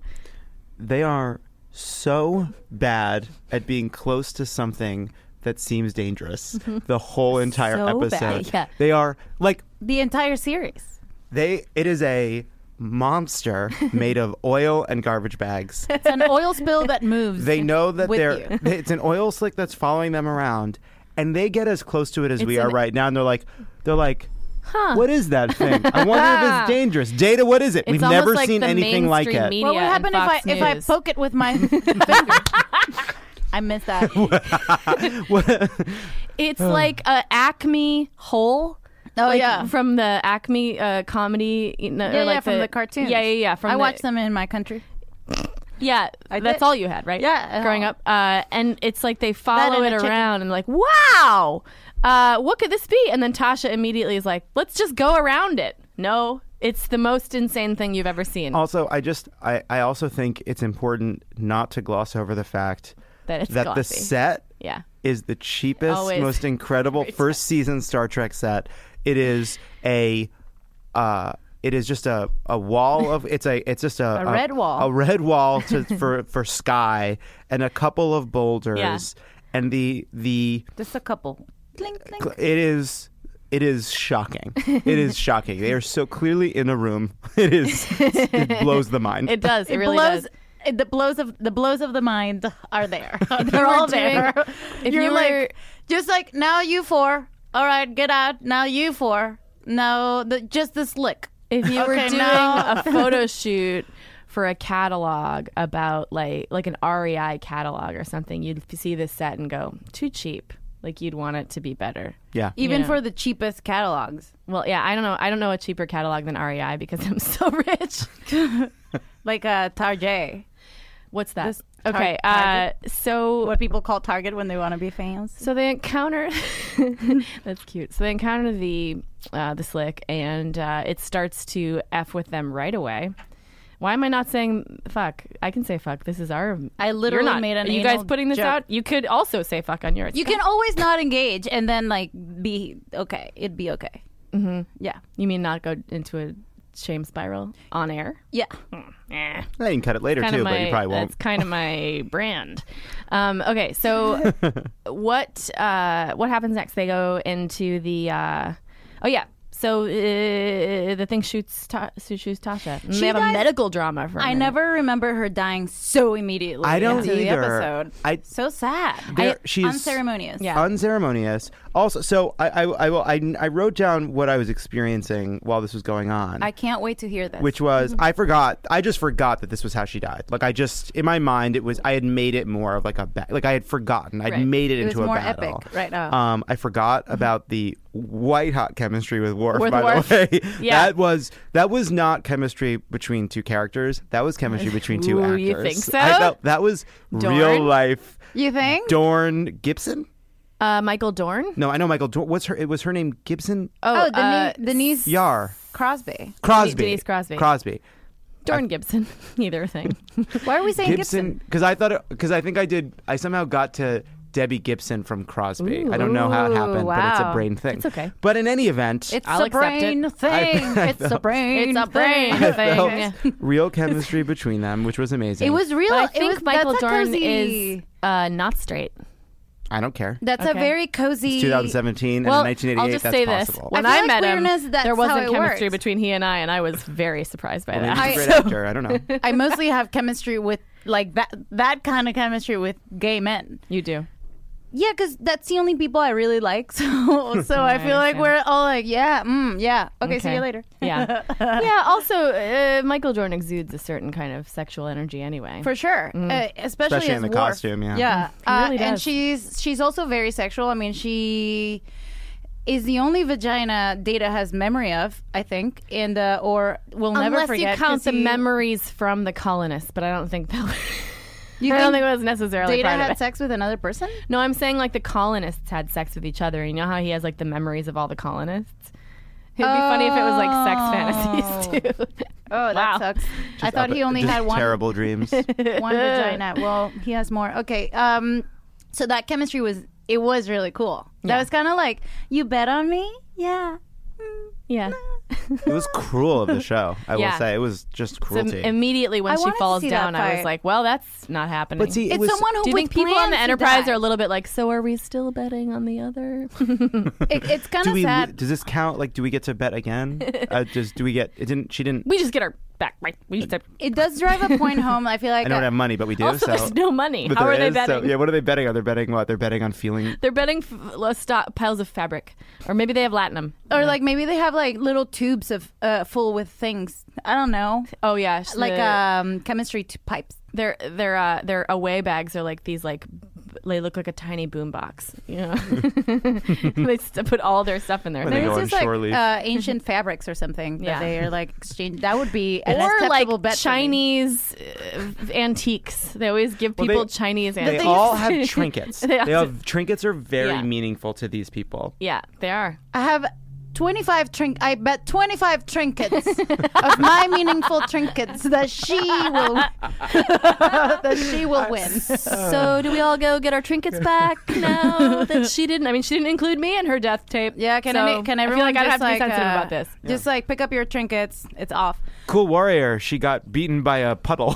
S4: they are so bad at being close to something that seems dangerous
S1: Mm-hmm.
S4: the whole entire
S2: So bad,
S4: episode
S2: yeah.
S4: they are like
S2: The entire series.
S4: they it is a monster made of oil and garbage bags
S2: It's an oil spill that moves.
S4: they know that
S2: With
S4: they're
S2: you.
S4: it's an oil slick that's following them around and they get as close to it as we
S1: It's
S4: are
S1: an-
S4: right now and they're like they're like What is that thing? I wonder if it's dangerous. Data, what is it?
S1: It's
S4: We've
S1: almost
S4: never
S1: like
S4: seen
S1: the
S4: anything like
S1: mainstream
S4: it.
S1: media
S2: What would
S1: and
S2: happen if I
S1: Fox
S2: if I
S1: News.
S2: poke it with my finger? I missed that.
S1: It's like a Acme hole.
S2: Oh
S1: like,
S2: yeah.
S1: from the Acme uh, comedy. You know,
S2: yeah,
S1: or like
S2: yeah, from the, cartoons.
S1: Yeah, yeah, yeah. From
S2: I
S1: the,
S2: watched them in my country.
S1: Yeah, that's
S2: did.
S1: all you had, right?
S2: Yeah. uh-huh.
S1: growing up. Uh, and it's like they follow
S2: and
S1: it
S2: a chicken.
S1: around and like, wow, uh, what could this be? And then Tasha immediately is like, let's just go around it. No, it's the most insane thing you've ever seen.
S4: Also, I just I, I also think it's important not to gloss over the fact
S1: That it's
S4: the
S1: glossy.
S4: set
S1: yeah,
S4: is the cheapest,
S1: Always.
S4: most incredible first season Star Trek set. It is a uh it is just a, a wall of it's a it's just a,
S2: A red wall.
S4: a red wall to, for for sky and a couple of boulders and the the
S2: Just a couple. Clink, clink.
S4: Cl- It is. It is shocking. It is shocking. They are so clearly in a room. It is. It blows the mind.
S1: it does. It, really
S2: blows.
S1: does.
S2: it- the blows of the blows of the mind are there. They're all there.
S1: if
S2: You're
S1: you were-
S2: like just like now you four. All right, get out. Now you four. No, the, just the slick.
S1: If you were
S2: Okay,
S1: doing
S2: now-
S1: a photo shoot for a catalog about like like an REI catalog or something, you'd see this set and go too cheap. Like you'd want it to be better.
S4: yeah.
S2: Even
S1: Yeah.
S2: for the cheapest catalogs.
S1: Well, yeah, I don't know. I don't know a cheaper catalog than REI because I'm so rich.
S2: Like uh, Target.
S1: What's that?
S2: This tar-
S1: okay, uh,
S2: target?
S1: so
S2: What people call Target when they want to be fans.
S1: so they encounter. that's cute. So they encounter the uh, the slick, and uh, it starts to f with them right away. Why am I not saying fuck? I can say fuck. This is our.
S2: I literally
S1: You're not.
S2: made an
S1: Are you guys
S2: anal
S1: putting this
S2: joke.
S1: out? You could also say fuck on yours.
S2: You can always not engage and then like be okay. It'd be okay. Mm-hmm. Yeah.
S1: You mean not go into a shame spiral on air?
S2: Yeah.
S1: Eh.
S4: I can cut it later
S1: kind
S4: too,
S1: of my,
S4: but you probably won't.
S1: That's kind of my brand. Um, okay, so what uh, what happens next? They go into the uh, oh yeah. So uh, the thing shoots ta- shoots Tasha. And
S2: She
S1: they have a
S2: dies-
S1: medical drama for. a
S2: I
S1: minute.
S2: never remember her dying so immediately.
S4: I don't
S2: into The
S4: either.
S2: episode.
S4: I-
S2: so sad.
S4: There-
S2: I-
S4: she's-
S2: unceremonious.
S1: Yeah.
S4: Unceremonious. Also, so I I, I, will, I I wrote down what I was experiencing while this was going on,
S2: I can't wait to hear this.
S4: which was
S1: Mm-hmm.
S4: I forgot. I just forgot that this was how she died. Like I just in my mind it was I had made it more of like a ba- like I had forgotten. I'd
S1: Right.
S4: made it,
S2: It was
S4: into a
S2: more
S4: battle.
S2: epic right
S1: uh.
S2: now.
S4: Um, I forgot about the white hot chemistry with
S1: Mm-hmm.
S4: Worf.
S1: With
S4: by
S1: Worf.
S4: the way,
S1: Yeah.
S4: that was that was not chemistry between two characters. That was chemistry between two
S1: Ooh,
S4: actors.
S1: you think so?
S4: I felt- that was
S1: Dorn?
S4: real life.
S2: you think?
S4: Dorn Gibson?
S1: Uh, Michael Dorn.
S4: No, I know Michael. Dorn, what's her? It was her name Gibson
S2: Oh,
S1: Oh,
S2: the
S1: uh,
S2: new, Denise
S4: Yar
S2: Crosby.
S4: Crosby.
S1: Denise Crosby.
S4: Crosby.
S1: Dorn Gibson. Neither thing.
S2: Why are we saying Gibson?
S4: Gibson. Because I thought. Because I think I did. I somehow got to Debbie Gibson from Crosby. I don't know how it happened, but it's a
S2: wow.
S4: brain thing.
S1: It's okay.
S4: But in any event,
S2: It's
S1: I'll
S2: a
S1: accept it.
S2: brain thing. it's a brain.
S1: It's a brain
S2: thing.
S1: thing.
S4: felt
S1: Yeah.
S4: real chemistry between them, which was amazing.
S2: It was real.
S1: But I
S2: it
S1: think
S2: was,
S1: Michael
S2: that's a
S1: Dorn
S2: cozy-
S1: is uh, not straight.
S4: I don't care.
S2: That's a
S1: Okay.
S2: very cozy.
S4: 2017
S1: well,
S4: and 1988.
S1: I'll just
S4: that's
S1: say
S4: possible.
S1: this: when
S2: I feel
S1: I,
S2: like
S1: met
S2: weirdness,
S1: him,
S2: that's
S1: there
S2: how
S1: wasn't
S2: it
S1: chemistry
S2: works.
S1: between he and I, and I was very surprised by
S4: Well,
S1: that.
S4: he's a
S2: I-
S4: great
S2: so-
S4: actor. I don't know.
S2: I mostly have chemistry with like that that kind of chemistry with gay men.
S1: you do.
S2: yeah, because that's the only people I really like. So, so I feel like
S1: understand.
S2: we're all like, yeah, mm, yeah. Okay, see
S1: Okay.
S2: you later.
S1: Yeah. yeah. Also, uh, Michael Jordan exudes a certain kind of sexual energy anyway.
S2: For sure, uh, especially, as
S4: Especially in the
S2: Worf.
S4: costume, yeah.
S2: yeah.
S1: Mm. He really
S2: Uh, and
S1: does.
S2: she's she's also very sexual. I mean, she is the only vagina Data has memory of, I think, and uh, or will never
S1: Unless you
S2: forget.
S1: count
S2: 'cause
S1: the
S2: he-
S1: memories from the colonists, but I don't think that.
S2: You
S1: I don't
S2: think
S1: think it was necessarily
S2: Data
S1: part of
S2: had
S1: it.
S2: sex with another person.
S1: No, I'm saying like the colonists had sex with each other. You know how he has like the memories of all the colonists. It'd be funny if it was like sex fantasies too.
S2: Oh, that
S1: Wow.
S2: sucks. I thought
S4: Up-
S2: he only
S4: just
S2: had one
S4: Terrible dreams.
S2: one vagina. Well, he has more. Okay. Um, so that chemistry was it was really cool. That was kind of like you bet on me. Yeah.
S1: yeah.
S4: It was cruel of the show. I
S1: Yeah.
S4: will say it was just
S1: So
S4: cruelty.
S1: immediately when
S2: I
S1: she
S2: wanted to
S1: falls
S2: see that
S1: down, I was
S2: fight.
S1: like, well, that's not happening.
S4: but see, it
S2: It's
S4: was
S2: someone who
S1: do you
S2: with
S1: think people on
S2: plans
S1: the
S2: to
S1: Enterprise
S2: die.
S1: are a little bit like, so are we still betting on the other?
S2: It, it's kind
S4: do
S2: of
S4: we lo-
S2: sad.
S4: does this count? Like, do we get to bet again? uh, does do we get? It didn't. She didn't.
S1: we just get our back, right? We just
S2: it does drive a point home. I feel like
S4: I don't have money, but we do.
S1: also,
S4: so,
S1: there's no money.
S4: Uh, but
S1: How
S4: there
S1: are they
S4: is, so-
S1: betting?
S4: yeah, what are they betting? Are they betting what? They're betting on feeling.
S1: They're betting f- uh, stock- piles of fabric, or maybe they have latinum.
S2: or like maybe they have like little tubes of uh, full with things. I don't know,
S1: Oh yeah, sh-
S2: like
S1: the-
S2: um, chemistry t- pipes.
S1: their their uh, their away bags are like these like b- they look like a tiny boombox. You know, they st- put all their stuff in there.
S4: They
S2: It's
S4: go on
S2: just like
S4: shore leave.
S2: uh, ancient fabrics or something
S1: Yeah.
S2: that they are like exchange. That would be an
S1: or like
S2: acceptable bet for me.
S1: Chinese uh, antiques. They always give
S4: Well,
S1: people
S4: they-
S1: Chinese
S4: They
S1: antiques.
S4: all have trinkets. they
S1: They also-
S4: have trinkets are very
S1: Yeah.
S4: meaningful to these people.
S1: yeah, they are.
S2: I have 25 trink I bet 25 trinkets of my meaningful trinkets that she will that she will win.
S1: So do we all go get our trinkets back now that she didn't? I mean, she didn't include me in her death tape.
S2: Yeah, can
S1: so
S2: I can everyone
S1: I feel like I
S2: just
S1: have to be
S2: like,
S1: sensitive
S2: uh,
S1: about this.
S2: Just like pick up your trinkets. It's off
S4: Cool warrior. She got beaten by a puddle.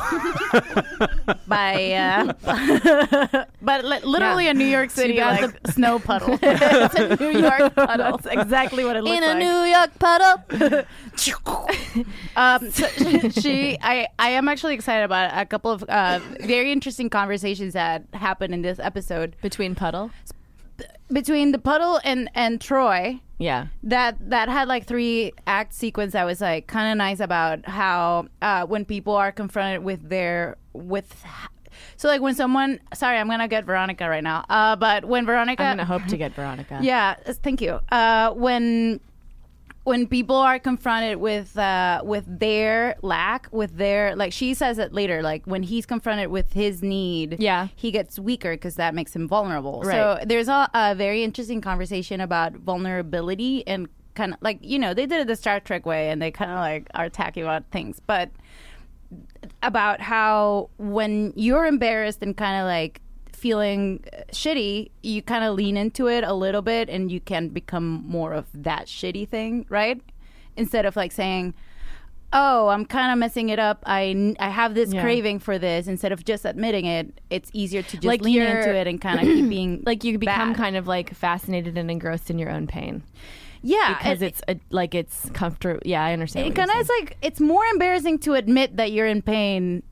S2: by uh, but li- literally
S1: Yeah.
S2: a New York City
S1: bad
S2: like snow puddle. it's a New York puddle. That's exactly what it looks
S1: In
S2: like.
S1: a New York puddle.
S2: Um, so she, I, I am actually excited about a couple of uh, very interesting conversations that happened in this episode
S1: Between puddle.
S2: between the puddle and and Troy.
S1: Yeah.
S2: That that had like three act sequence that was like kind of nice about how uh, when people are confronted with their with. So like when someone, sorry, I'm gonna get Veronica right now. Uh, but when Veronica,
S1: I'm gonna hope to get Veronica.
S2: yeah, s- thank you. Uh, when when people are confronted with uh, with their lack, with their like, she says it later. Like when he's confronted with his need,
S1: Yeah.
S2: he gets weaker because that makes him vulnerable. So
S1: Right.
S2: there's a, a very interesting conversation about vulnerability and kind of like you know they did it the Star Trek way and they kind of like are talking about things, but about how when you're embarrassed and kind of like feeling uh, shitty, you kind of lean into it a little bit and you can become more of that shitty thing, right? Instead of like saying, "Oh, I'm kind of messing it up. I I have this
S1: Yeah.
S2: craving for this." Instead of just admitting it, it's easier to just
S1: Like
S2: lean
S1: you're-
S2: into it and kind of keep being
S1: like you become
S2: bad.
S1: kind of like fascinated and engrossed in your own pain
S2: yeah,
S1: because
S2: it-
S1: it's a, like it's comfortable. Yeah, I understand.
S2: it
S1: what you're
S2: kind of is like it's more embarrassing to admit that you're in pain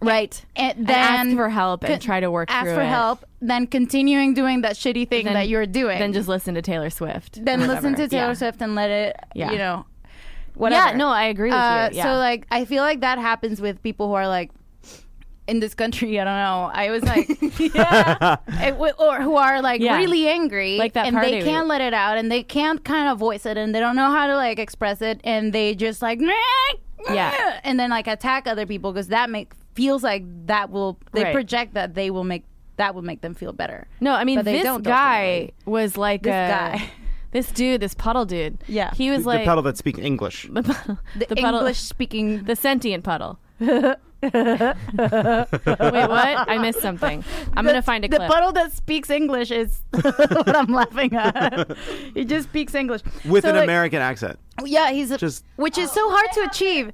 S1: saying. right.
S2: and
S1: And ask
S2: then
S1: for help and try to work
S2: ask
S1: through
S2: for
S1: it.
S2: help then continuing doing that shitty thing
S1: Then-
S2: that you're doing
S1: Then just listen to Taylor Swift.
S2: then
S1: or
S2: listen
S1: whatever.
S2: to Taylor
S1: Yeah.
S2: Swift and let it
S1: Yeah.
S2: you know whatever
S1: Yeah, no, I agree with
S2: Uh,
S1: you. Yeah.
S2: so like I feel like that happens with people who are like in this country I don't know I was like yeah It w- or who are like
S1: Yeah.
S2: really angry
S1: Like that
S2: and
S1: party
S2: they
S1: we-
S2: can't let it out and they can't kind of voice it and they don't know how to like express it and they just like
S1: Yeah.
S2: and then like attack other people because that make feels like that will they
S1: Right.
S2: project that they will make that will make them feel better
S1: no, I mean
S2: But they
S1: this
S2: don't,
S1: guy
S2: ultimately.
S1: was like
S2: This
S1: a
S2: guy.
S1: this dude, this puddle dude.
S2: Yeah.
S1: he was
S4: the
S1: like
S4: puddle that speaks English.
S2: the,
S1: the puddle-
S2: English speaking
S1: the sentient puddle. Wait, what? I missed something. I'm gonna find a
S2: the
S1: clip.
S2: puddle that speaks English is what I'm laughing at. he just speaks English
S4: with
S2: So,
S4: an
S2: like,
S4: American accent.
S2: Yeah, he's a,
S4: Just-
S2: which is so hard to achieve.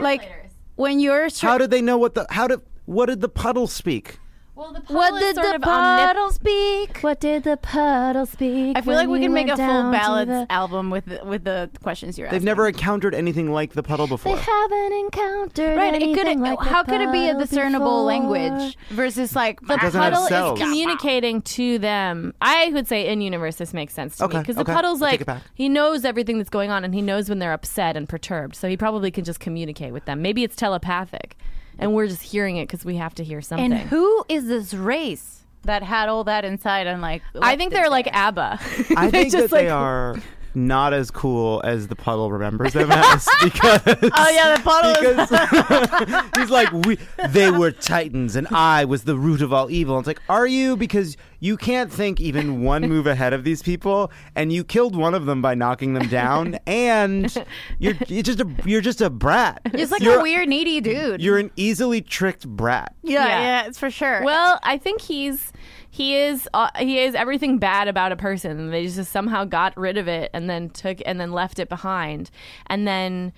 S2: Like when you're tra-
S4: How did they know what the how did what did the puddle speak?
S1: Well, the puddle
S2: What
S1: is
S2: did
S1: sort
S2: the
S1: of omnip-
S2: puddle speak?
S10: What did the puddle speak?
S2: I feel like we can make a full ballads album with the, with the questions you're
S4: They've
S2: asking.
S4: never encountered anything like the puddle before.
S10: They haven't encountered
S2: Right, it could.
S10: anything like the
S2: how could it be a
S10: puddle
S2: discernible
S10: before.
S2: language versus like the
S4: doesn't have
S1: puddle
S4: cells.
S1: is communicating to them. I would say in universe this makes sense to me
S4: Okay,
S1: because
S4: okay.
S1: the puddle's
S4: I'll take
S1: like
S4: it back.
S1: he knows everything that's going on and he knows when they're upset and perturbed. So he probably can just communicate with them. Maybe it's telepathic, and we're just hearing it because we have to hear something.
S2: And who is this race that had all that inside and like?
S1: I
S2: left
S1: think
S2: it
S1: they're like
S2: there?
S1: ABBA.
S4: I
S1: They
S4: think that
S1: just
S4: they
S1: like-
S4: are not as cool as the puddle remembers them as because oh
S2: yeah, the puddle is-
S4: because he's like we they were titans and I was the root of all evil. And it's like are you because you can't think even one move ahead of these people and you killed one of them by knocking them down and you're, you're just a you're just a brat.
S2: It's like
S4: you're,
S2: a weird needy dude.
S4: You're an easily tricked brat.
S2: yeah,
S1: Yeah.
S2: yeah, it's for sure.
S1: Well, I think he's he is uh, he is everything bad about a person. They just somehow got rid of it and then took and then left it behind, and then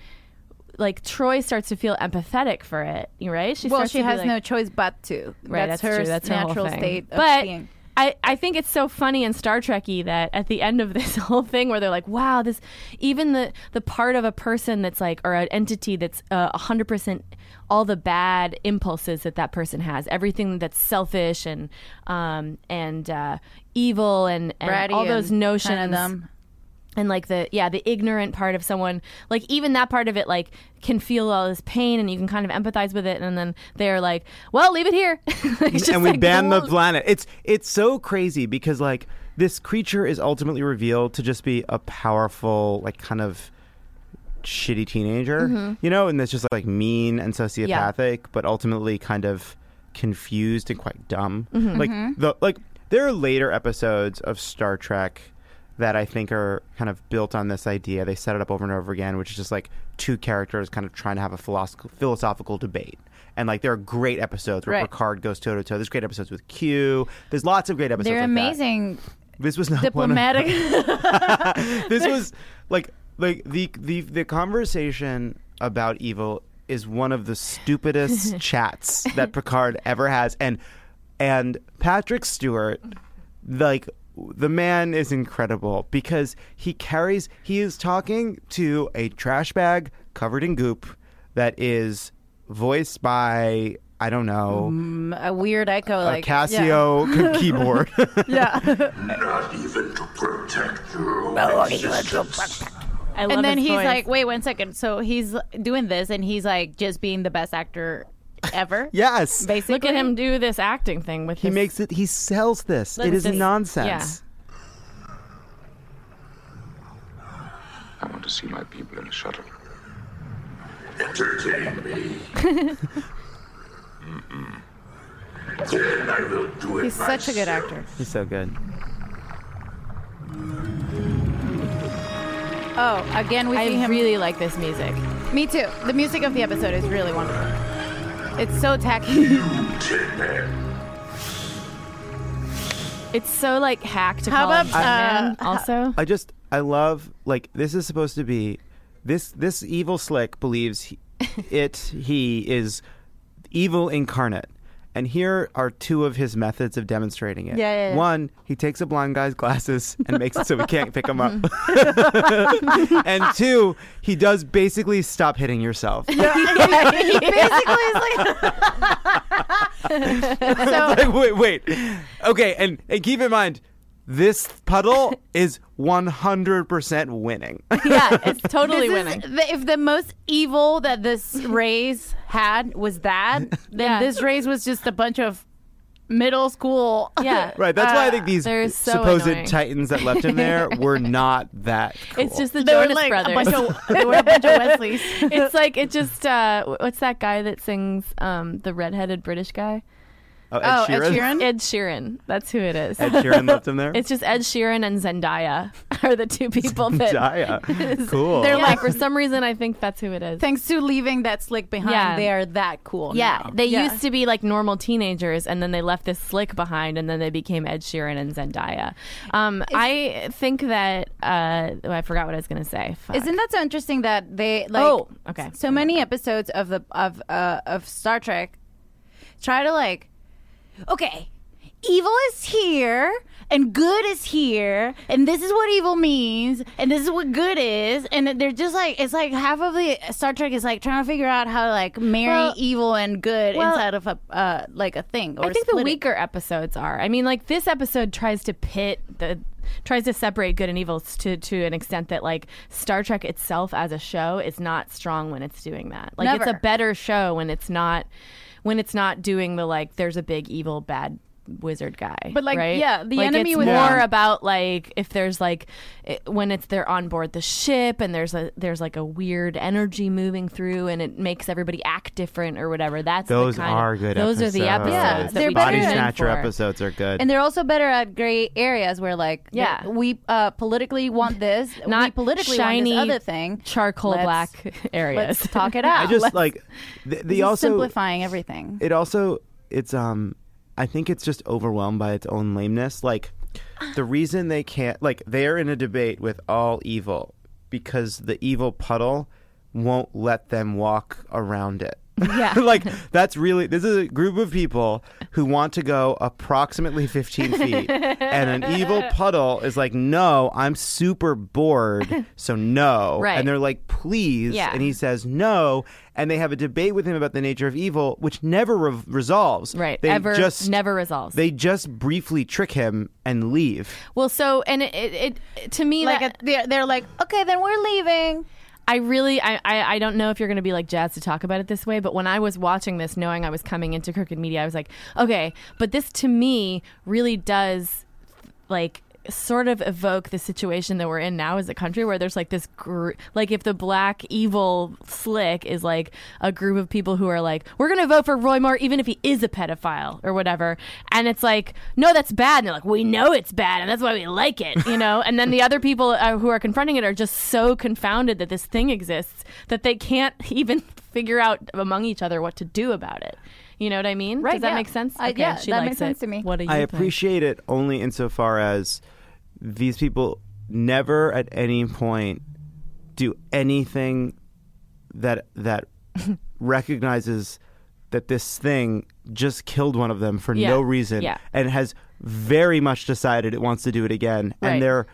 S1: like Troy starts to feel empathetic for it. You right? She
S2: well,
S1: starts
S2: she
S1: to be
S2: has
S1: like-
S2: no choice but to.
S1: Right, that's,
S2: that's, her
S1: true. That's her whole
S2: natural
S1: thing.
S2: state of
S1: but
S2: being.
S1: I, I think it's so funny and Star Trekky that at the end of this whole thing where they're like, wow, this even the the part of a person that's like or an entity that's uh, hundred percent all the bad impulses that that person has, everything that's selfish and um and uh, evil and, and
S2: Bratty
S1: all those
S2: and
S1: notions
S2: kinda dumb.
S1: and like the yeah the ignorant part of someone like even that part of it like can feel all this pain and you can kind of empathize with it and then they're like well leave it here It's just
S4: and we
S1: like,
S4: ban the
S1: cool.
S4: planet. It's it's so crazy because like this creature is ultimately revealed to just be a powerful, like kind of shitty teenager,
S1: Mm-hmm.
S4: you know, and that's just like mean and sociopathic, but ultimately kind of confused and quite dumb.
S2: Mm-hmm.
S4: Like the like there are later episodes of Star Trek that I think are kind of built on this idea. They set it up over and over again, which is just like two characters kind of trying to have a philosoph- philosophical debate. And like there are great episodes where
S2: Right.
S4: Picard goes toe to toe. There's great episodes with Q. There's lots of great episodes.
S2: They're
S4: like that.
S2: amazing,
S4: This was not one of-
S2: diplomatic.
S4: this was like like the the the conversation about evil is one of the stupidest chats that Picard ever has and and Patrick Stewart like the man is incredible because he carries he is talking to a trash bag covered in goop that is voiced by I don't know
S2: um, a weird echo,
S4: a
S2: Mm, like
S4: Casio keyboard
S2: Yeah. yeah.
S9: Not even to protect your own existence.
S1: I love
S2: and then
S1: his
S2: he's
S1: voice.
S2: like, "Wait one second. So he's doing this, and he's like just being the best actor ever.
S4: yes
S2: basically.
S1: look at him do this acting thing with
S4: he makes it he sells this it is
S1: just-
S4: nonsense
S3: I want to see my people in the shuttle.
S9: Entertain me. Mm-mm. then I will do it
S2: He's such a good
S9: myself.
S2: actor.
S4: he's so good
S2: Oh, again, we
S1: I
S2: see him.
S1: really like this music
S2: Me too. The music of the episode is really wonderful. It's so tacky.
S9: Tin Man.
S1: it's so like hack to
S2: How
S1: call him
S2: about,
S1: Batman
S2: uh,
S1: also
S4: I just I love like this is supposed to be this this evil slick believes he, it he is evil incarnate. And here are two of his methods of demonstrating it.
S2: Yeah, yeah, yeah.
S4: One, he takes a blind guy's glasses and makes it so we can't pick them up.
S2: Mm.
S4: and two, he does basically stop hitting yourself.
S2: he basically is like. so
S4: like, wait, wait. Okay, and, and keep in mind, this puddle is 100% winning.
S1: yeah it's totally
S2: this
S1: winning
S2: is the, if the most evil that this race had was that, then
S1: Yeah.
S2: this race was just a bunch of middle school.
S1: yeah Uh,
S4: Right. That's why I think these
S1: they're so
S4: supposed
S1: annoying.
S4: titans that left him there were not that. Cool.
S1: it's just the
S2: They were
S1: Jonas
S2: like
S1: Brothers
S2: a bunch of they were a bunch of Wesleys.
S1: it's like it just uh wh- what's that guy that sings um the redheaded British guy
S4: oh, Ed
S2: Oh, Ed
S4: Sheeran.
S2: Sheeran?
S1: Ed Sheeran. That's who it is.
S4: Ed Sheeran left him there.
S1: It's just Ed Sheeran and Zendaya are the two people that.
S4: Zendaya. cool.
S1: They're
S4: They're
S1: like for some reason I think that's who it is.
S2: Thanks to leaving that slick behind,
S1: Yeah.
S2: they are that cool.
S1: yeah,
S2: now.
S1: they used to be like normal teenagers, and then they left this slick behind, and then they became Ed Sheeran and Zendaya. Um, I think that uh, oh, I forgot what I was gonna say. Fuck.
S2: Isn't that so interesting that they like
S1: Oh, okay.
S2: so many episodes of the of uh, of Star Trek try to like okay, evil is here and good is here and this is what evil means and this is what good is and they're just like it's like half of the Star Trek is like trying to figure out how to like marry
S1: Well-
S2: evil and good
S1: well-
S2: inside of a uh, like a thing. Or
S1: I think the
S2: split it.
S1: weaker episodes are. I mean, like this episode tries to pit the tries to separate good and evil s- to to an extent that like Star Trek itself as a show is not strong when it's doing that. Like it's
S2: Never.
S1: a better show when it's not when it's not doing the like there's a big evil bad wizard guy
S2: But, like,
S1: right?
S2: yeah, the
S1: Like,
S2: enemy
S1: it's
S2: with-
S1: more
S2: Yeah.
S1: about like if there's like it, when it's they're on board the ship and there's a there's like a weird energy moving through and it makes everybody act different or whatever that's the
S4: Those
S1: kind of-
S4: are good.
S1: those
S4: episodes.
S1: are the episodes
S2: Yeah,
S1: that
S2: they're
S1: we
S2: better
S4: body
S1: tune in
S4: snatcher
S1: for.
S4: episodes are good.
S2: and they're also better at gray areas where like
S1: Yeah.
S2: th- we uh, politically want this, we
S1: Not
S2: politically
S1: shiny
S2: want this other thing.
S1: charcoal
S2: Let's-
S1: black areas.
S2: Let's talk it out.
S4: I just
S2: Let's-
S4: like the,
S2: this
S4: the
S2: is
S4: also
S2: simplifying everything.
S4: it also it's um I think it's just overwhelmed by its own lameness. Like the reason they can't like they're in a debate with all evil because the evil puddle won't let them walk around it. Yeah. like that's really this is a group of people who want to go approximately 15 feet and an evil puddle is like no I'm super bored so no
S1: Right.
S4: and they're like please
S1: Yeah.
S4: and he says no and they have a debate with him about the nature of evil which never re- resolves
S1: Right.
S4: they
S1: Ever-
S4: just
S1: never resolves.
S4: they just briefly trick him and leave
S1: well, so and it, it, it to me
S2: like
S1: like
S2: a, they're, they're like, okay, then we're leaving.
S1: I really I, I I don't know if you're gonna be like jazzed to talk about it this way, but when I was watching this, knowing I was coming into crooked media, I was like, okay, but this to me really does like sort of evoke the situation that we're in now as a country where there's like this gr- like if the black evil slick is like a group of people who are like we're going to vote for Roy Moore even if he is a pedophile or whatever and it's like no that's bad and they're like we know it's bad and that's why we like it you know and then the other people uh, who are confronting it are just so confounded that this thing exists that they can't even figure out among each other what to do about it you know what I mean
S2: Right,
S1: does that
S2: yeah.
S1: make sense
S2: I-
S1: Okay,
S2: yeah,
S1: she
S2: that
S1: likes
S2: makes sense
S1: it.
S2: to me.
S1: what do you
S4: I
S1: think?
S4: appreciate it only insofar as these people never at any point do anything that that recognizes that this thing just killed one of them for
S1: Yeah.
S4: no reason
S1: Yeah.
S4: and has very much decided it wants to do it again
S1: Right.
S4: and they're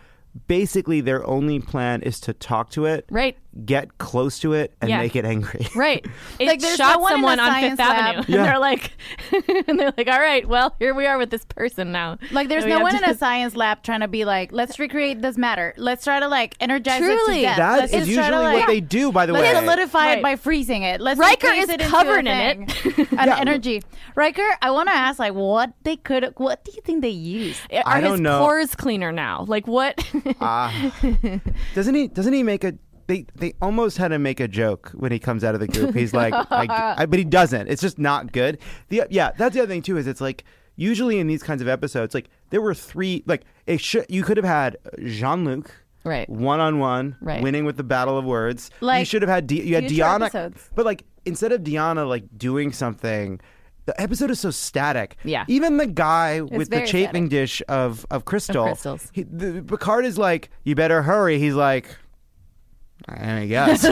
S4: basically their only plan is to talk to it
S1: right
S4: get close to it and
S1: Yeah.
S4: make it angry
S1: Right. It
S2: Like, there's
S1: shot
S2: that one in
S1: someone
S2: the
S1: on
S2: science
S1: Fifth
S2: lab.
S1: Avenue.
S4: Yeah.
S1: And they're like and they're like, All right, well, here we are with this person now.
S2: Like, there's
S1: And we
S2: no
S1: have
S2: one
S1: to
S2: in a
S1: just-
S2: science lab trying to be like, let's recreate this matter. Let's try to like energize it to
S1: Truly.
S2: death.
S4: That
S2: let's
S4: is
S2: just
S4: usually
S2: try to,
S4: what
S2: like,
S4: they do by the
S2: Let's
S4: way
S2: solidify it
S1: Right.
S2: by freezing it. Let's
S1: Riker
S2: freeze
S1: is
S2: it into
S1: covered
S2: a
S1: in
S2: thing. an energy. Riker, I want to ask, like, what they could, what do you think they used?
S1: are
S4: I
S1: his
S4: don't know.
S1: pores cleaner now? Like what?
S4: Doesn't he? Doesn't he make a? They they almost had to make a joke when he comes out of the group. He's like, I, I- but he doesn't. It's just not good. The yeah, that's the other thing too. Is it's like usually in these kinds of episodes, like there were three. Like it should you could have had Jean Luc.
S1: Right.
S4: one on one,
S1: Right.
S4: winning with the battle of words. you
S2: Like,
S4: should have had Di- you had
S2: future
S4: Diana,
S2: episodes.
S4: but like instead of Diana like doing something, the episode is so static.
S1: Yeah.
S4: even the guy with the
S2: very
S4: chafing dish of of crystal,
S1: crystals.
S4: he- the, Picard is like, "You better hurry." He's like, "I guess."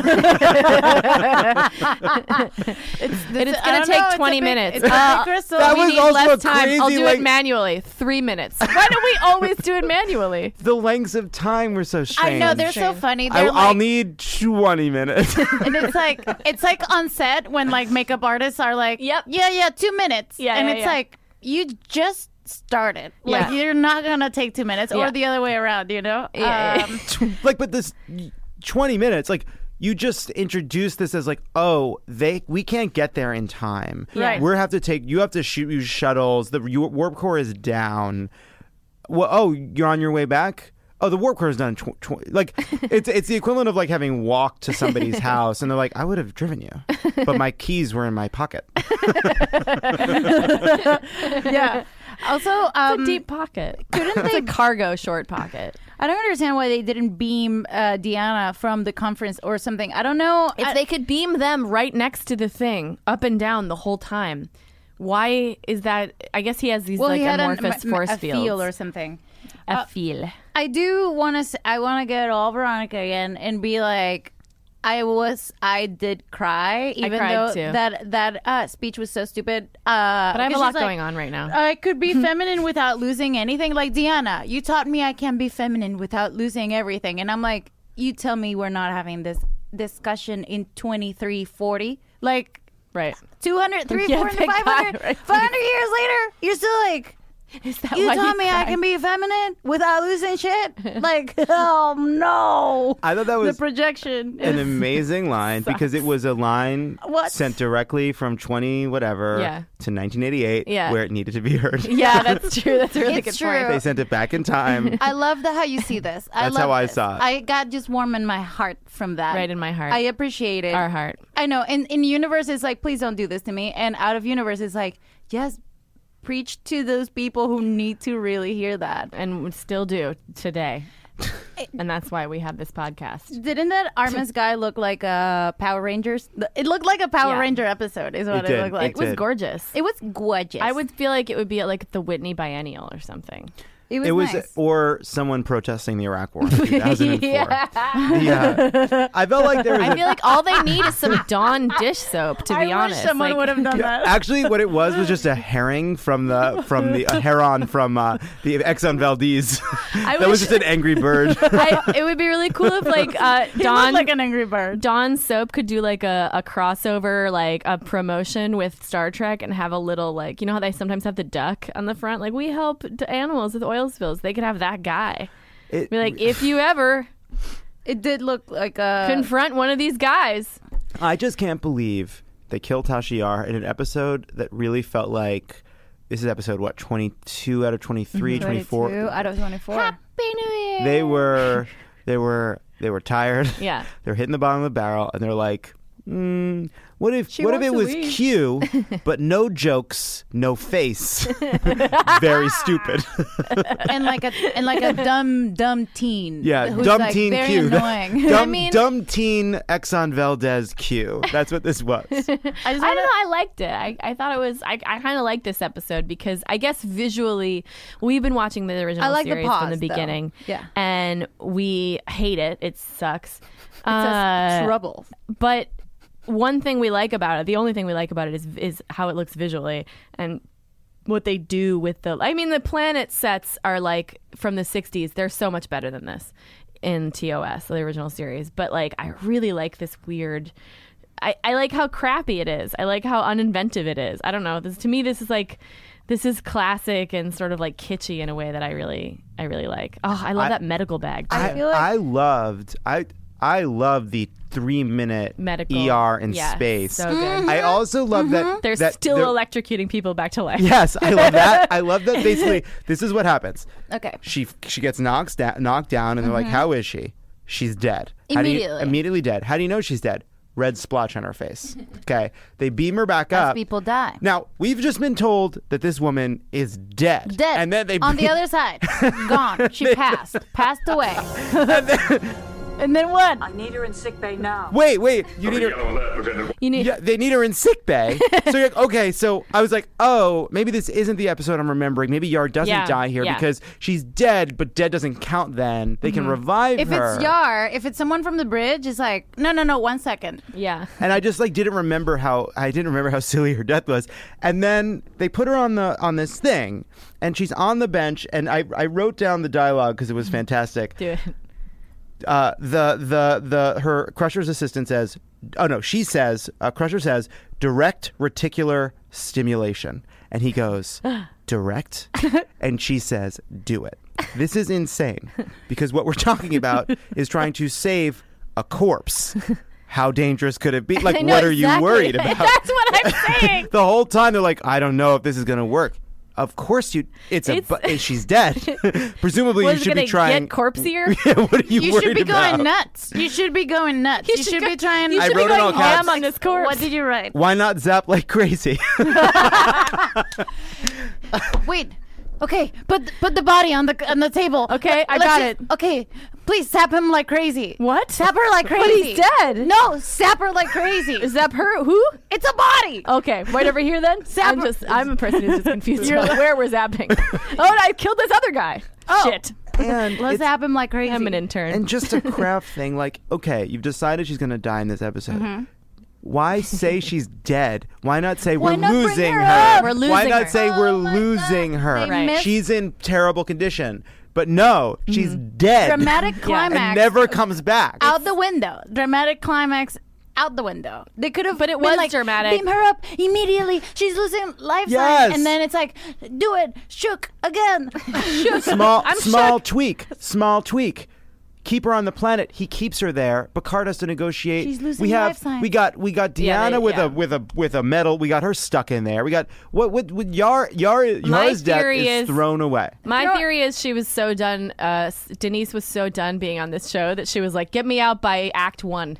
S1: and it's
S2: I
S1: gonna
S2: don't
S1: take
S2: know, it's a
S1: twenty
S2: big-
S1: minutes.
S2: it's a big
S1: Uh,
S2: crystal.
S4: That
S1: we
S4: was
S1: need
S4: also a
S1: less time. I'll
S4: crazy,
S1: do
S4: like-
S1: it manually. Three minutes. Why don't we always do it manually?
S4: the lengths of time were so strange.
S2: I know they're so
S1: Strange.
S2: funny.
S4: I,
S2: They're
S4: will
S2: like,
S4: need twenty minutes.
S2: and it's like it's like on set when like makeup artists are like,
S1: Yep.
S2: yeah, yeah, two minutes,
S1: Yeah,
S2: and
S1: yeah,
S2: it's
S1: yeah.
S2: like you just started, like
S1: Yeah.
S2: you're not gonna take two minutes,
S1: Yeah.
S2: or the other way around, you know?
S1: Yeah, yeah.
S2: Um,
S4: like, but this twenty minutes, like. You just introduced this as like, oh, they we can't get there in time.
S2: Right.
S4: We have to take. You have to shoot use shuttles. The your warp core is down. Well, oh, you're on your way back. Oh, the warp core is done. Tw- tw- like it's it's the equivalent of like having walked to somebody's house, and they're like, I would have driven you, but my keys were in my pocket.
S2: yeah. Also, um,
S1: it's a deep pocket. Couldn't they cargo short pocket?
S2: I don't understand why they didn't beam uh, Deanna from the conference or something. I don't know.
S1: If
S2: I-
S1: they could beam them right next to the thing, up and down the whole time, why is that? I guess he has these
S2: well,
S1: like
S2: he had an-
S1: amorphous
S2: m- m-
S1: force
S2: a
S1: fields. Uh,
S2: feel or something.
S1: a feel.
S2: I do want to. I want to get all Veronica again and be like,
S10: I was I did cry even
S1: cried
S10: though
S1: too.
S10: that that uh, speech was so stupid. Uh,
S1: But I have a
S10: because
S1: lot
S10: she's like,
S1: going on right now.
S10: I could
S1: Hmm.
S10: be feminine without losing anything. Like Deanna, you taught me I can be feminine without losing everything, and I'm like, you tell me we're not having this discussion in 2340, like
S1: right.
S10: 200, 300,
S1: Yeah,
S10: 400,
S1: thank God,
S10: 500,
S1: right?
S10: 500 years later, you're still like.
S1: Is that
S10: You
S1: why
S10: taught me I
S1: cried?
S10: can be feminine without losing shit. Like, oh no!
S4: I thought that
S10: the
S4: was
S10: projection.
S4: an amazing line because it was a line
S10: What?
S4: sent directly from 20 whatever
S1: Yeah.
S4: to 1988
S1: Yeah.
S4: where it needed to be heard.
S1: Yeah, that's true. That's a really
S10: It's
S1: good point.
S10: true.
S4: they sent it back in time.
S10: I love the how you see this. I
S4: That's
S10: love
S4: how I
S10: this.
S4: saw it.
S10: I got just warm in my heart from that.
S1: Right in my heart.
S10: I appreciate it.
S1: Our heart.
S10: I know. And in universe, it's like, please don't do this to me. And out of universe, it's like, yes, preach to those people who need to really hear that.
S1: And we still do today. and that's why we have this podcast.
S10: Didn't that Armas guy look like a Power Rangers? It looked like a Power
S1: Yeah.
S10: Ranger episode, is what
S4: It
S10: it,
S4: did.
S10: looked like.
S1: It was
S4: did.
S1: gorgeous.
S10: It was gorgeous.
S1: I would feel like it would be at like the Whitney Biennial or something.
S10: It was,
S4: It was,
S10: nice.
S4: or someone protesting the Iraq War in 2004. Yeah. I felt like there was
S1: I
S4: a-
S1: feel like all they need is some Dawn dish soap. To
S10: I
S1: be
S10: wish
S1: honest,
S10: someone
S1: Like,
S10: would have done that.
S4: Actually, what it was was just a herring from the from the a heron from uh, the Exxon Valdez. that was
S1: wish-
S4: just an angry bird.
S1: I, it would be really cool if like uh,
S10: He looked
S1: Dawn
S10: like an angry bird.
S1: Dawn Soap could do like a, a crossover, like a promotion with Star Trek and have a little, like, you know how they sometimes have the duck on the front? Like, we help d- animals with oil spills. They could have that guy.
S4: It-
S1: Be like, if you ever
S10: It did look like a.
S1: confront one of these guys,
S4: I just can't believe they killed Tashiar in an episode that really felt like this is episode what 22 out of 23, 24.
S10: 22 out of 24.
S4: They were they were they were tired.
S1: Yeah.
S4: they're hitting the bottom of the barrel and they're like, mm, what if what if
S1: wants
S4: it
S1: to
S4: was
S1: leave."
S4: Q, but no jokes, no face, very stupid.
S10: and like a and like a dumb dumb teen.
S4: Yeah,
S10: who's
S4: dumb
S10: like
S4: teen
S10: very
S4: Q.
S10: Annoying.
S4: dumb,
S10: I mean,
S4: dumb teen Exxon Valdez Q. That's what this was.
S10: I just
S1: I don't
S10: wanna-
S1: know. I liked it. I, I thought it was. I, I kind of liked this episode because I guess visually, we've been watching the original
S10: I like the
S1: series from the
S10: pause, though.
S1: beginning.
S10: Yeah.
S1: and we hate it. It sucks. It's
S10: It's a trouble.
S1: but one thing we like about it, the only thing we like about it is is how it looks visually and what they do with the I mean the planet sets are like from the 60s. They're so much better than this in TOS, the original series. But like I really like this weird I, I like how crappy it is. I like how uninventive it is. I don't know. This to me this is like this is classic and sort of like kitschy in a way that I really I really like. Oh, I love that medical bag. too.
S4: I, I loved I I loved the three minute
S1: Medical.
S4: ER in
S1: Yeah,
S4: space.
S1: so good.
S10: Mm-hmm.
S4: I also love that
S1: They're
S4: that
S1: still
S4: they're-
S1: electrocuting people back to life.
S4: Yes, I love that. I love that. Basically, this is what happens.
S10: Okay. Mm-hmm.
S4: She she gets knocked da- knocked down, and they're like, "How is she? She's dead. How do you-
S10: Immediately.
S4: immediately dead. How do you know she's dead? Red splotch on her face. Okay. They beam her back up.
S10: people die.
S4: Now we've just been told that this woman is dead.
S10: Dead.
S4: And then they
S10: on the
S4: beam-
S10: other side, gone. She passed, passed away. and then what?
S5: I need her in sickbay now.
S4: Wait, wait. You need her.
S1: You need
S4: Yeah, they need her in sick bay. so you're like, okay, so I was like, oh, maybe this isn't the episode I'm remembering. Maybe Yar doesn't
S1: Yeah,
S4: die here
S1: yeah.
S4: because she's dead, but dead doesn't count then. They can revive
S10: Mm-hmm. If
S4: her.
S10: it's Yar, if it's someone from the bridge, it's like no, no, no. One second.
S1: Yeah.
S4: and I just like didn't remember how I didn't remember how silly her death was. And then they put her on the on this thing, and she's on the bench. And I I wrote down the dialogue because it
S10: Mm-hmm.
S4: was fantastic.
S1: Do it.
S4: Uh, the the the her Crusher's assistant says, oh no, she says uh, Crusher says direct reticular stimulation, and he goes direct, and she says do it. This is insane because what we're talking about is trying to save a corpse. How dangerous could it be? Like,
S1: know
S4: what are you
S1: exactly.
S4: worried about?
S1: That's what I'm saying.
S4: the whole time they're like, I don't know if this is gonna work. Of course you. It's,
S1: It's-
S4: a. Bu- she's dead. Presumably you
S1: Was
S4: should
S1: gonna
S4: be trying.
S1: get corpsier.
S4: Yeah, what are you,
S10: You
S4: worried
S10: should be
S4: about?
S10: going nuts. You should be going nuts. You, should,
S1: go-
S10: be trying.
S1: You
S4: I
S1: should
S4: wrote
S1: be
S4: it
S1: going
S4: all caps.
S1: ham on this corpse.
S10: What did you write?
S4: Why not zap like crazy?
S10: Wait. Okay, put put the body on the on the table.
S1: Okay, I
S10: Let's
S1: got
S10: just-
S1: it.
S10: Okay, please zap him like crazy.
S1: What?
S10: Zap her like crazy.
S1: But he's dead.
S10: No, zap her like crazy.
S1: Is that Oh, her? Who?
S10: it's a body.
S1: Okay, right over here then. I'm
S10: Zapper-
S1: just I'm a person who's just confused about where we're zapping. oh, and I killed this other guy. Shit.
S4: And
S10: Let's
S4: it's-
S10: zap him like crazy.
S1: I'm an intern.
S4: And just a craft thing, like, okay, you've decided she's going to die in this episode.
S10: Mm-hmm.
S4: Why say she's dead? Why not say
S10: Why
S4: we're
S10: not bring
S4: losing
S10: her
S4: her?
S10: up? We're
S4: Why
S1: losing
S4: not
S1: her.
S4: say we're
S10: Oh my God.
S4: losing her?
S10: They Right. missed- Mm-hmm.
S4: She's in terrible condition. But no, she's dead.
S10: Dramatic
S4: and
S10: climax.
S4: never comes back.
S10: out the window. Dramatic climax out the window. They could have,
S1: But it
S10: been
S1: was
S10: like,
S1: dramatic.
S10: Beam her up immediately. She's losing life
S4: Yes.
S10: signs, and then it's like, do it, shook again. shook.
S4: small
S1: I'm
S4: small
S1: shook.
S4: tweak. Small tweak. Keep her on the planet. He keeps her there. Picard has to negotiate.
S10: She's losing
S4: we have
S10: life signs.
S4: we got we got Deanna
S1: Yeah, they-
S4: with
S1: yeah.
S4: a with a with a medal. We got her stuck in there. We got what what, what Yar Yar
S1: My
S4: Yar's death
S1: theory
S4: is,
S1: is-
S4: thrown away.
S1: My theory is she was so done. Uh, s- Denise was so done being on this show that she was like, "Get me out by Act One.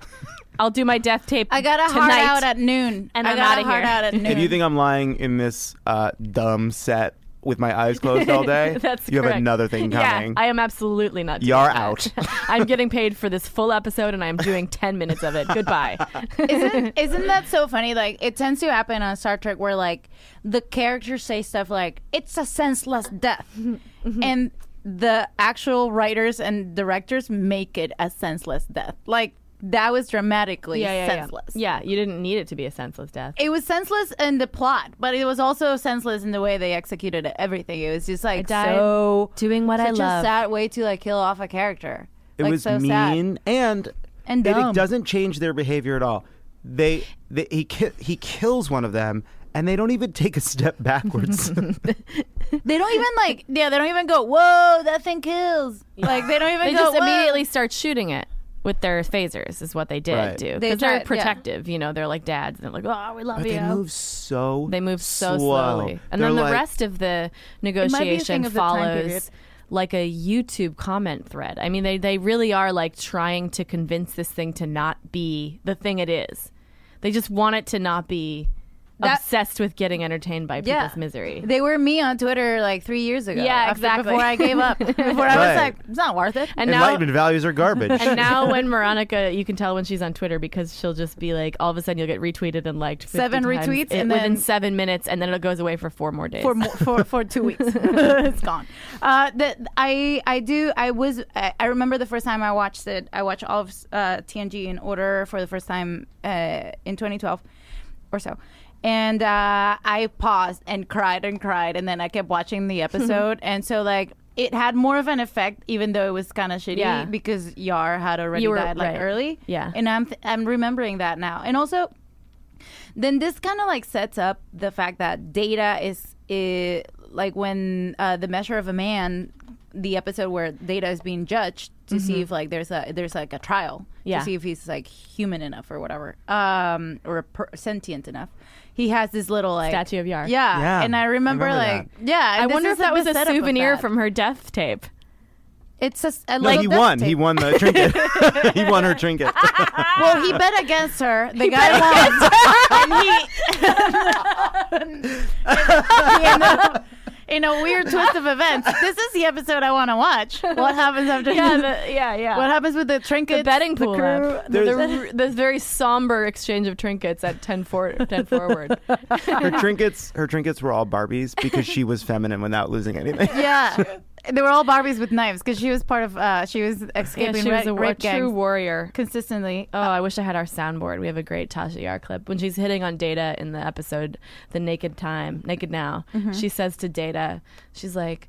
S1: I'll do my death tape.
S10: I got a
S1: tonight.
S10: hard out at noon,
S1: And
S10: I
S1: I'm
S10: got
S1: outta
S10: a hard
S1: here.
S10: out at noon.
S4: If you think I'm lying in this uh, dumb set with my eyes closed all day,
S1: That's
S4: you have
S1: correct.
S4: another thing coming.
S1: Yeah, I am absolutely not. doing
S4: You're
S1: that.
S4: out.
S1: I'm getting paid for this full episode, and I'm doing ten minutes of it. Goodbye.
S10: isn't isn't that so funny? Like it tends to happen on Star Trek where like the characters say stuff like it's a senseless death, and the actual writers and directors make it a senseless death. Like that was dramatically
S1: yeah, yeah,
S10: senseless.
S1: yeah. Yeah, you didn't need it to be a senseless death.
S10: It was senseless in the plot, but it was also senseless in the way they executed it, everything. It was just like
S1: died
S10: so
S1: doing what I
S10: such
S1: love.
S10: A sad way to like kill off a character.
S4: it
S10: like,
S4: was
S10: so sad.
S4: mean and
S10: And
S4: it,
S10: dumb.
S4: it doesn't change their behavior at all they, they he ki- he kills one of them and they don't even take a step backwards
S10: They don't even like. Yeah, they don't even go. Whoa, that thing kills. Like they don't even
S1: They
S10: go.
S1: just
S10: "Whoa."
S1: immediately start shooting it with their phasers. Is what they did
S4: Right.
S1: do.
S10: They
S1: Because they're
S10: tried- yeah.
S1: protective. You know, they're like dads. And they're like, "Oh, we love
S4: but
S1: you."
S4: they move so
S1: They move so
S4: slow.
S1: slowly. And
S4: They're
S1: then the
S4: like-
S1: rest of the
S10: might be a
S1: negotiation
S10: thing of the time period.
S1: follows like a YouTube comment thread. I mean, they, they really are like trying to convince this thing to not be the thing it is. They just want it to not be
S10: That-
S1: obsessed with getting entertained by
S10: Yeah.
S1: people's misery.
S10: They were me on Twitter like three years ago.
S1: Yeah,
S10: after-
S1: exactly.
S10: Before I gave up, before I was
S4: Right.
S10: like, it's not worth it.
S1: and now,
S4: enlightenment values are garbage
S1: and now when Veronica, you can tell when she's on Twitter because she'll just be like, all of a sudden you'll get retweeted and liked 50
S10: Seven
S1: times
S10: retweets
S1: in-
S10: and
S1: within
S10: then-
S1: seven minutes, and then it goes away for four more days.
S10: for mo- for for two weeks. it's gone. Uh, the, I I do I was I, I remember the first time I watched it. I watched all of uh, TNG in order for the first time uh, in 2012 or so. And uh, I paused and cried and cried, and then I kept watching the episode. and so, like, it had more of an effect, even though it was kind of shitty
S1: Yeah.
S10: because Yar had already
S1: You were-
S10: died like
S1: right.
S10: early.
S1: Yeah.
S10: and I'm th- I'm remembering that now. And also, then this kind of like sets up the fact that data is i like when uh, the measure of a man the episode where data is being judged to see if like there's a there's like a trial
S1: Mm-hmm. Yeah.
S10: to see if he's like human enough or whatever um or per- sentient enough he has this little like
S1: Statue of Yar.
S10: yeah,
S4: Yeah,
S10: and i
S4: I
S10: remember,
S4: remember
S10: like yeah
S1: I
S10: and this
S1: wonder
S10: is
S1: if that
S10: the
S1: was a
S10: setup of
S1: souvenir
S10: that.
S1: from her death tape.
S10: it's just a
S4: no,
S10: little
S4: he
S10: duct
S4: won.
S10: tape.
S4: He won the trinket. he won her trinket.
S10: well he bet against her the guy won and he he ended up in a weird twist of events this is the episode i want to watch what happens after
S1: yeah, the, yeah, yeah.
S10: what happens with the trinket
S1: the betting pool
S10: crew,
S1: app.
S10: the-
S1: the,
S4: There's-
S1: r- the very somber exchange of trinkets at 10, for, 10 forward.
S4: Her trinkets. Her trinkets were all Barbies because she was feminine without losing anything.
S10: yeah they were all barbies with knives because she was part of uh she was
S1: yeah,
S10: escaping
S1: she was
S10: ra-
S1: a, wa-
S10: rape
S1: true
S10: gangs
S1: warrior.
S10: consistently
S1: Oh, I wish I had our soundboard. We have a great Tasha Yar clip. When she's hitting on Data in the episode, The Naked Time, Naked Now,
S10: Mm-hmm.
S1: she says to Data, she's like,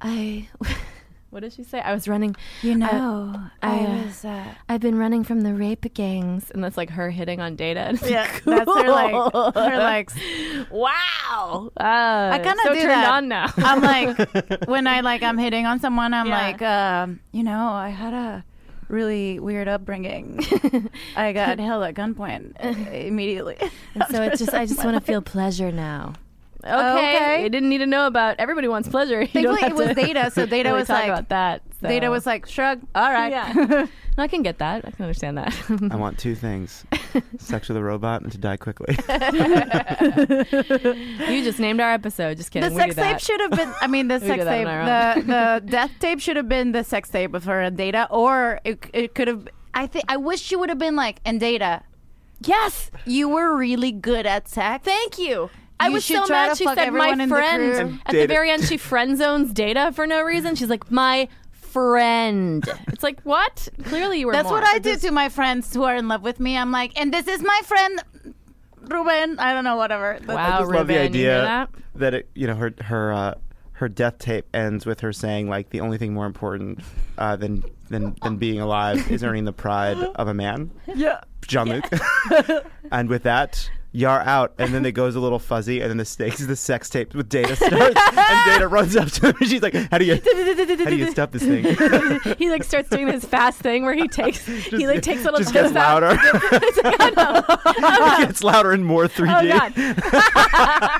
S1: I. What does she say? I was running.
S2: You
S1: know, I, uh,
S2: uh,
S1: I've been running from the rape gangs. And that's like her hitting on Data. And it's
S10: yeah
S1: cool.
S10: that's her like her like
S1: wow. Uh,
S10: I kind of
S1: so
S10: do
S1: turned
S10: that.
S1: on now.
S10: I'm like, when I like, I'm hitting on someone. I'm
S1: Yeah.
S10: like, um, you know, I had a really weird upbringing. I got held at gunpoint uh, immediately.
S1: So it just I just want to feel pleasure now. Okay.
S10: Okay.
S1: You didn't need to know about everybody wants pleasure. You don't
S10: Thankfully,
S1: have
S10: it was
S1: to
S10: data, so data
S1: really
S10: was
S1: talk
S10: like,
S1: about that. so.
S10: data was like, shrug. All right.
S1: Yeah. No, I can get that. I can understand that.
S4: I want two things: sex with a robot and to die quickly.
S1: you just named our episode. Just kidding.
S10: The
S1: we do
S10: sex tape
S1: that.
S10: should have been. I mean, the
S1: We
S10: sex
S1: do that
S10: tape,
S1: on our
S10: the, the death tape should have been the sex tape with her and data, or it, it could have. I think I wish she would have been like and data.
S1: yes.
S10: You were really good at sex.
S1: Thank you. I
S10: You
S1: was
S10: should
S1: so
S10: try
S1: mad.
S10: to
S1: She
S10: fuck
S1: said my
S10: everyone in the
S1: friend.
S10: crew.
S1: At the
S4: Data-
S1: very end, she friend zones Data for no reason. She's like my friend. It's like what? Clearly you were.
S2: That's
S1: more.
S2: what I do to my friends who are in love with me. I'm like, and this is my friend Ruben. I don't know, whatever. That's-
S1: Wow,
S4: I just love the
S1: Ruben, you hear
S4: idea
S1: that?
S4: it, you know her her uh, her death tape ends with her saying like the only thing more important uh, than than than being alive is earning the pride of a man.
S1: Yeah.
S4: Jean Luc. and with that, Yar out, and then it goes a little fuzzy, and then the stakes, the sex tape with Data starts, and Data runs up to him, and she's like, "How do you, how do you stop this thing?"
S1: he like starts doing this fast thing where he takes he like takes little
S4: just
S1: dips
S4: gets
S1: out.
S4: louder.
S1: It's like, oh, no.
S4: it gets louder and more 3D.
S1: Oh god! And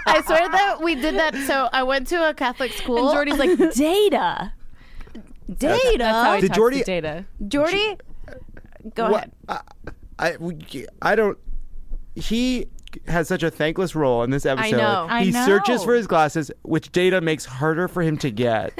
S2: I swear that we did that. So I went to a Catholic school.
S1: Jordy's like data. Data. That's, how he
S4: Did
S1: talks
S4: Jordy-
S1: to data.
S2: Jordy, go
S4: What-
S2: ahead.
S4: I, I- I don't. He has such a thankless role in this episode.
S1: know. I
S4: He
S2: know.
S4: searches for his glasses, which Data makes harder for him to get,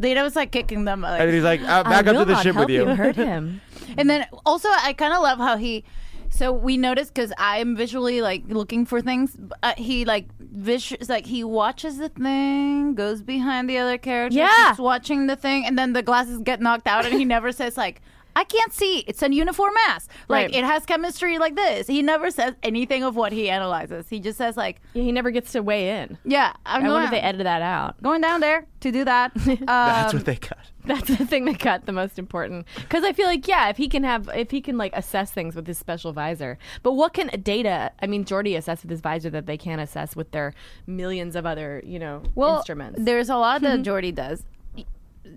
S2: Data was like kicking them. Like,
S4: and he's like, uh, "Back
S1: I
S4: up
S1: will
S4: to the
S1: not
S4: ship
S1: help
S4: with you."
S1: Hurt him.
S2: And then also, I kind of love how he. So we noticed because I'm visually like looking for things. b- Uh, he like vis- like he watches the thing, goes behind the other character,
S1: Yeah.
S2: keeps watching the thing, and then the glasses get knocked out, and he never says like. I can't see. It's a uniform mass. Like
S1: Right.
S2: it has chemistry like this. He never says anything of what he analyzes. He just says like,
S1: Yeah, he never gets to weigh in.
S2: "Yeah, I'm
S1: I
S2: going,
S1: wonder if they edited that out.
S2: going down there to do that."
S4: That's
S2: Um,
S4: what they cut.
S1: That's the thing that got the most important. Because I feel like, yeah, if he can have, if he can like assess things with his special visor, but what can data? I mean, Jordy assess with his visor that they can't assess with their millions of other, you know,
S2: well,
S1: instruments.
S2: there's a lot that
S4: Mm-hmm.
S2: Jordy does.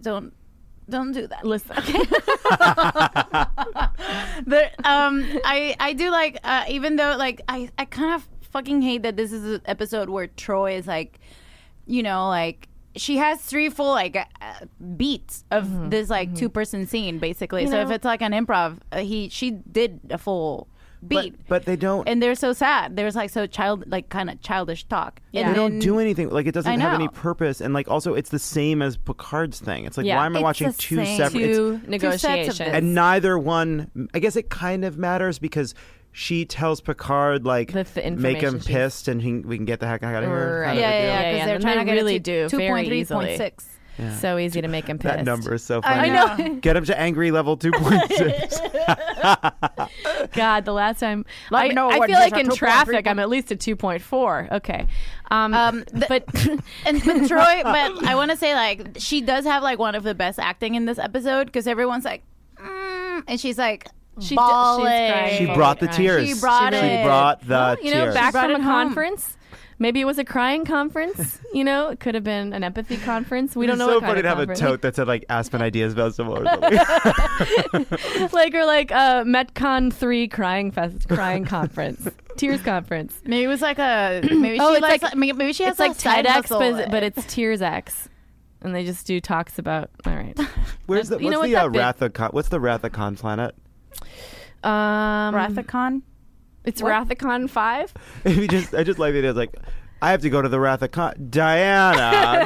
S2: Don't don't do that.
S1: Listen, okay.
S2: But um, I I do like uh, even though like I I kind of fucking hate that this is an episode where Troy is like, you know, like she has three full like uh, beats of
S4: Mm-hmm.
S2: this like two person scene basically. so if
S1: know-
S2: it's like an improv, uh, he she did a full beat.
S4: But, but they don't.
S2: and they're so sad. There's like so child like kind of childish talk.
S1: Yeah.
S4: they
S2: And
S4: don't
S2: then-
S4: do anything. Like it
S2: I
S4: doesn't have
S2: know.
S4: any purpose, and like also it's the same as Picard's thing. It's like
S1: Yeah.
S4: why am I
S2: It's
S4: watching
S2: the
S4: two
S2: same.
S4: separate? it's-
S1: two
S2: sets of
S1: negotiations.
S2: this.
S4: and neither one. I guess it kind of matters because she tells Picard like
S1: The th-
S4: make him
S1: information she's-
S4: pissed, and he, we can get the heck out of here.
S1: Right.
S4: kind of
S2: Yeah,
S4: a
S2: yeah,
S4: deal.
S2: yeah,
S1: Yeah,
S2: because
S1: yeah,
S2: they're
S1: and
S2: trying
S1: they
S2: to get
S1: really
S2: it to
S1: do very
S2: 2.3.6.
S1: so easy to make him pissed.
S4: That number is so funny.
S2: I know.
S4: Get him to angry level 2.6.
S1: God, the last time
S2: Let
S1: I,
S2: me know
S1: I
S2: what
S1: feel
S2: these
S1: like
S2: are,
S1: in
S2: 2.3.
S1: traffic, I'm at least a two point four. Okay, um,
S2: Um, the-
S1: but
S2: and but Troy, but I want to say like she does have like one of the best acting in this episode because everyone's like, mm, and she's like
S1: She d- she's
S2: bawling.
S1: crying.
S4: she brought the
S1: She
S4: tears.
S2: brought it.
S4: brought the
S1: Well, you know,
S4: tears.
S1: back
S2: She brought
S1: from
S2: it
S1: a
S2: home.
S1: conference. Maybe it was a crying conference. You know, it could have been an empathy conference. We don't
S4: it's
S1: know.
S4: so
S1: what kind
S4: funny
S1: of
S4: to have
S1: conference.
S4: a tote that said like Aspen Ideas Festival or something.
S1: like or like uh, MetCon three crying fest, crying conference, tears conference.
S2: Maybe it was like a maybe
S1: Oh,
S2: she
S1: it's
S2: likes,
S1: like-
S2: maybe maybe she has
S1: It's like
S2: a side
S1: TEDx,
S2: hustle.
S1: but, but it's Tears X, and they just do talks about. All right,
S4: Where's the, what's
S1: You know
S4: the uh,
S1: what, that
S4: Rathacon? What's the Rathacon planet?
S1: um,
S2: Rathacon.
S1: It's Rathacon five.
S4: If you just, I just like the idea. It's like, I have to go to the Rathacon. Diana,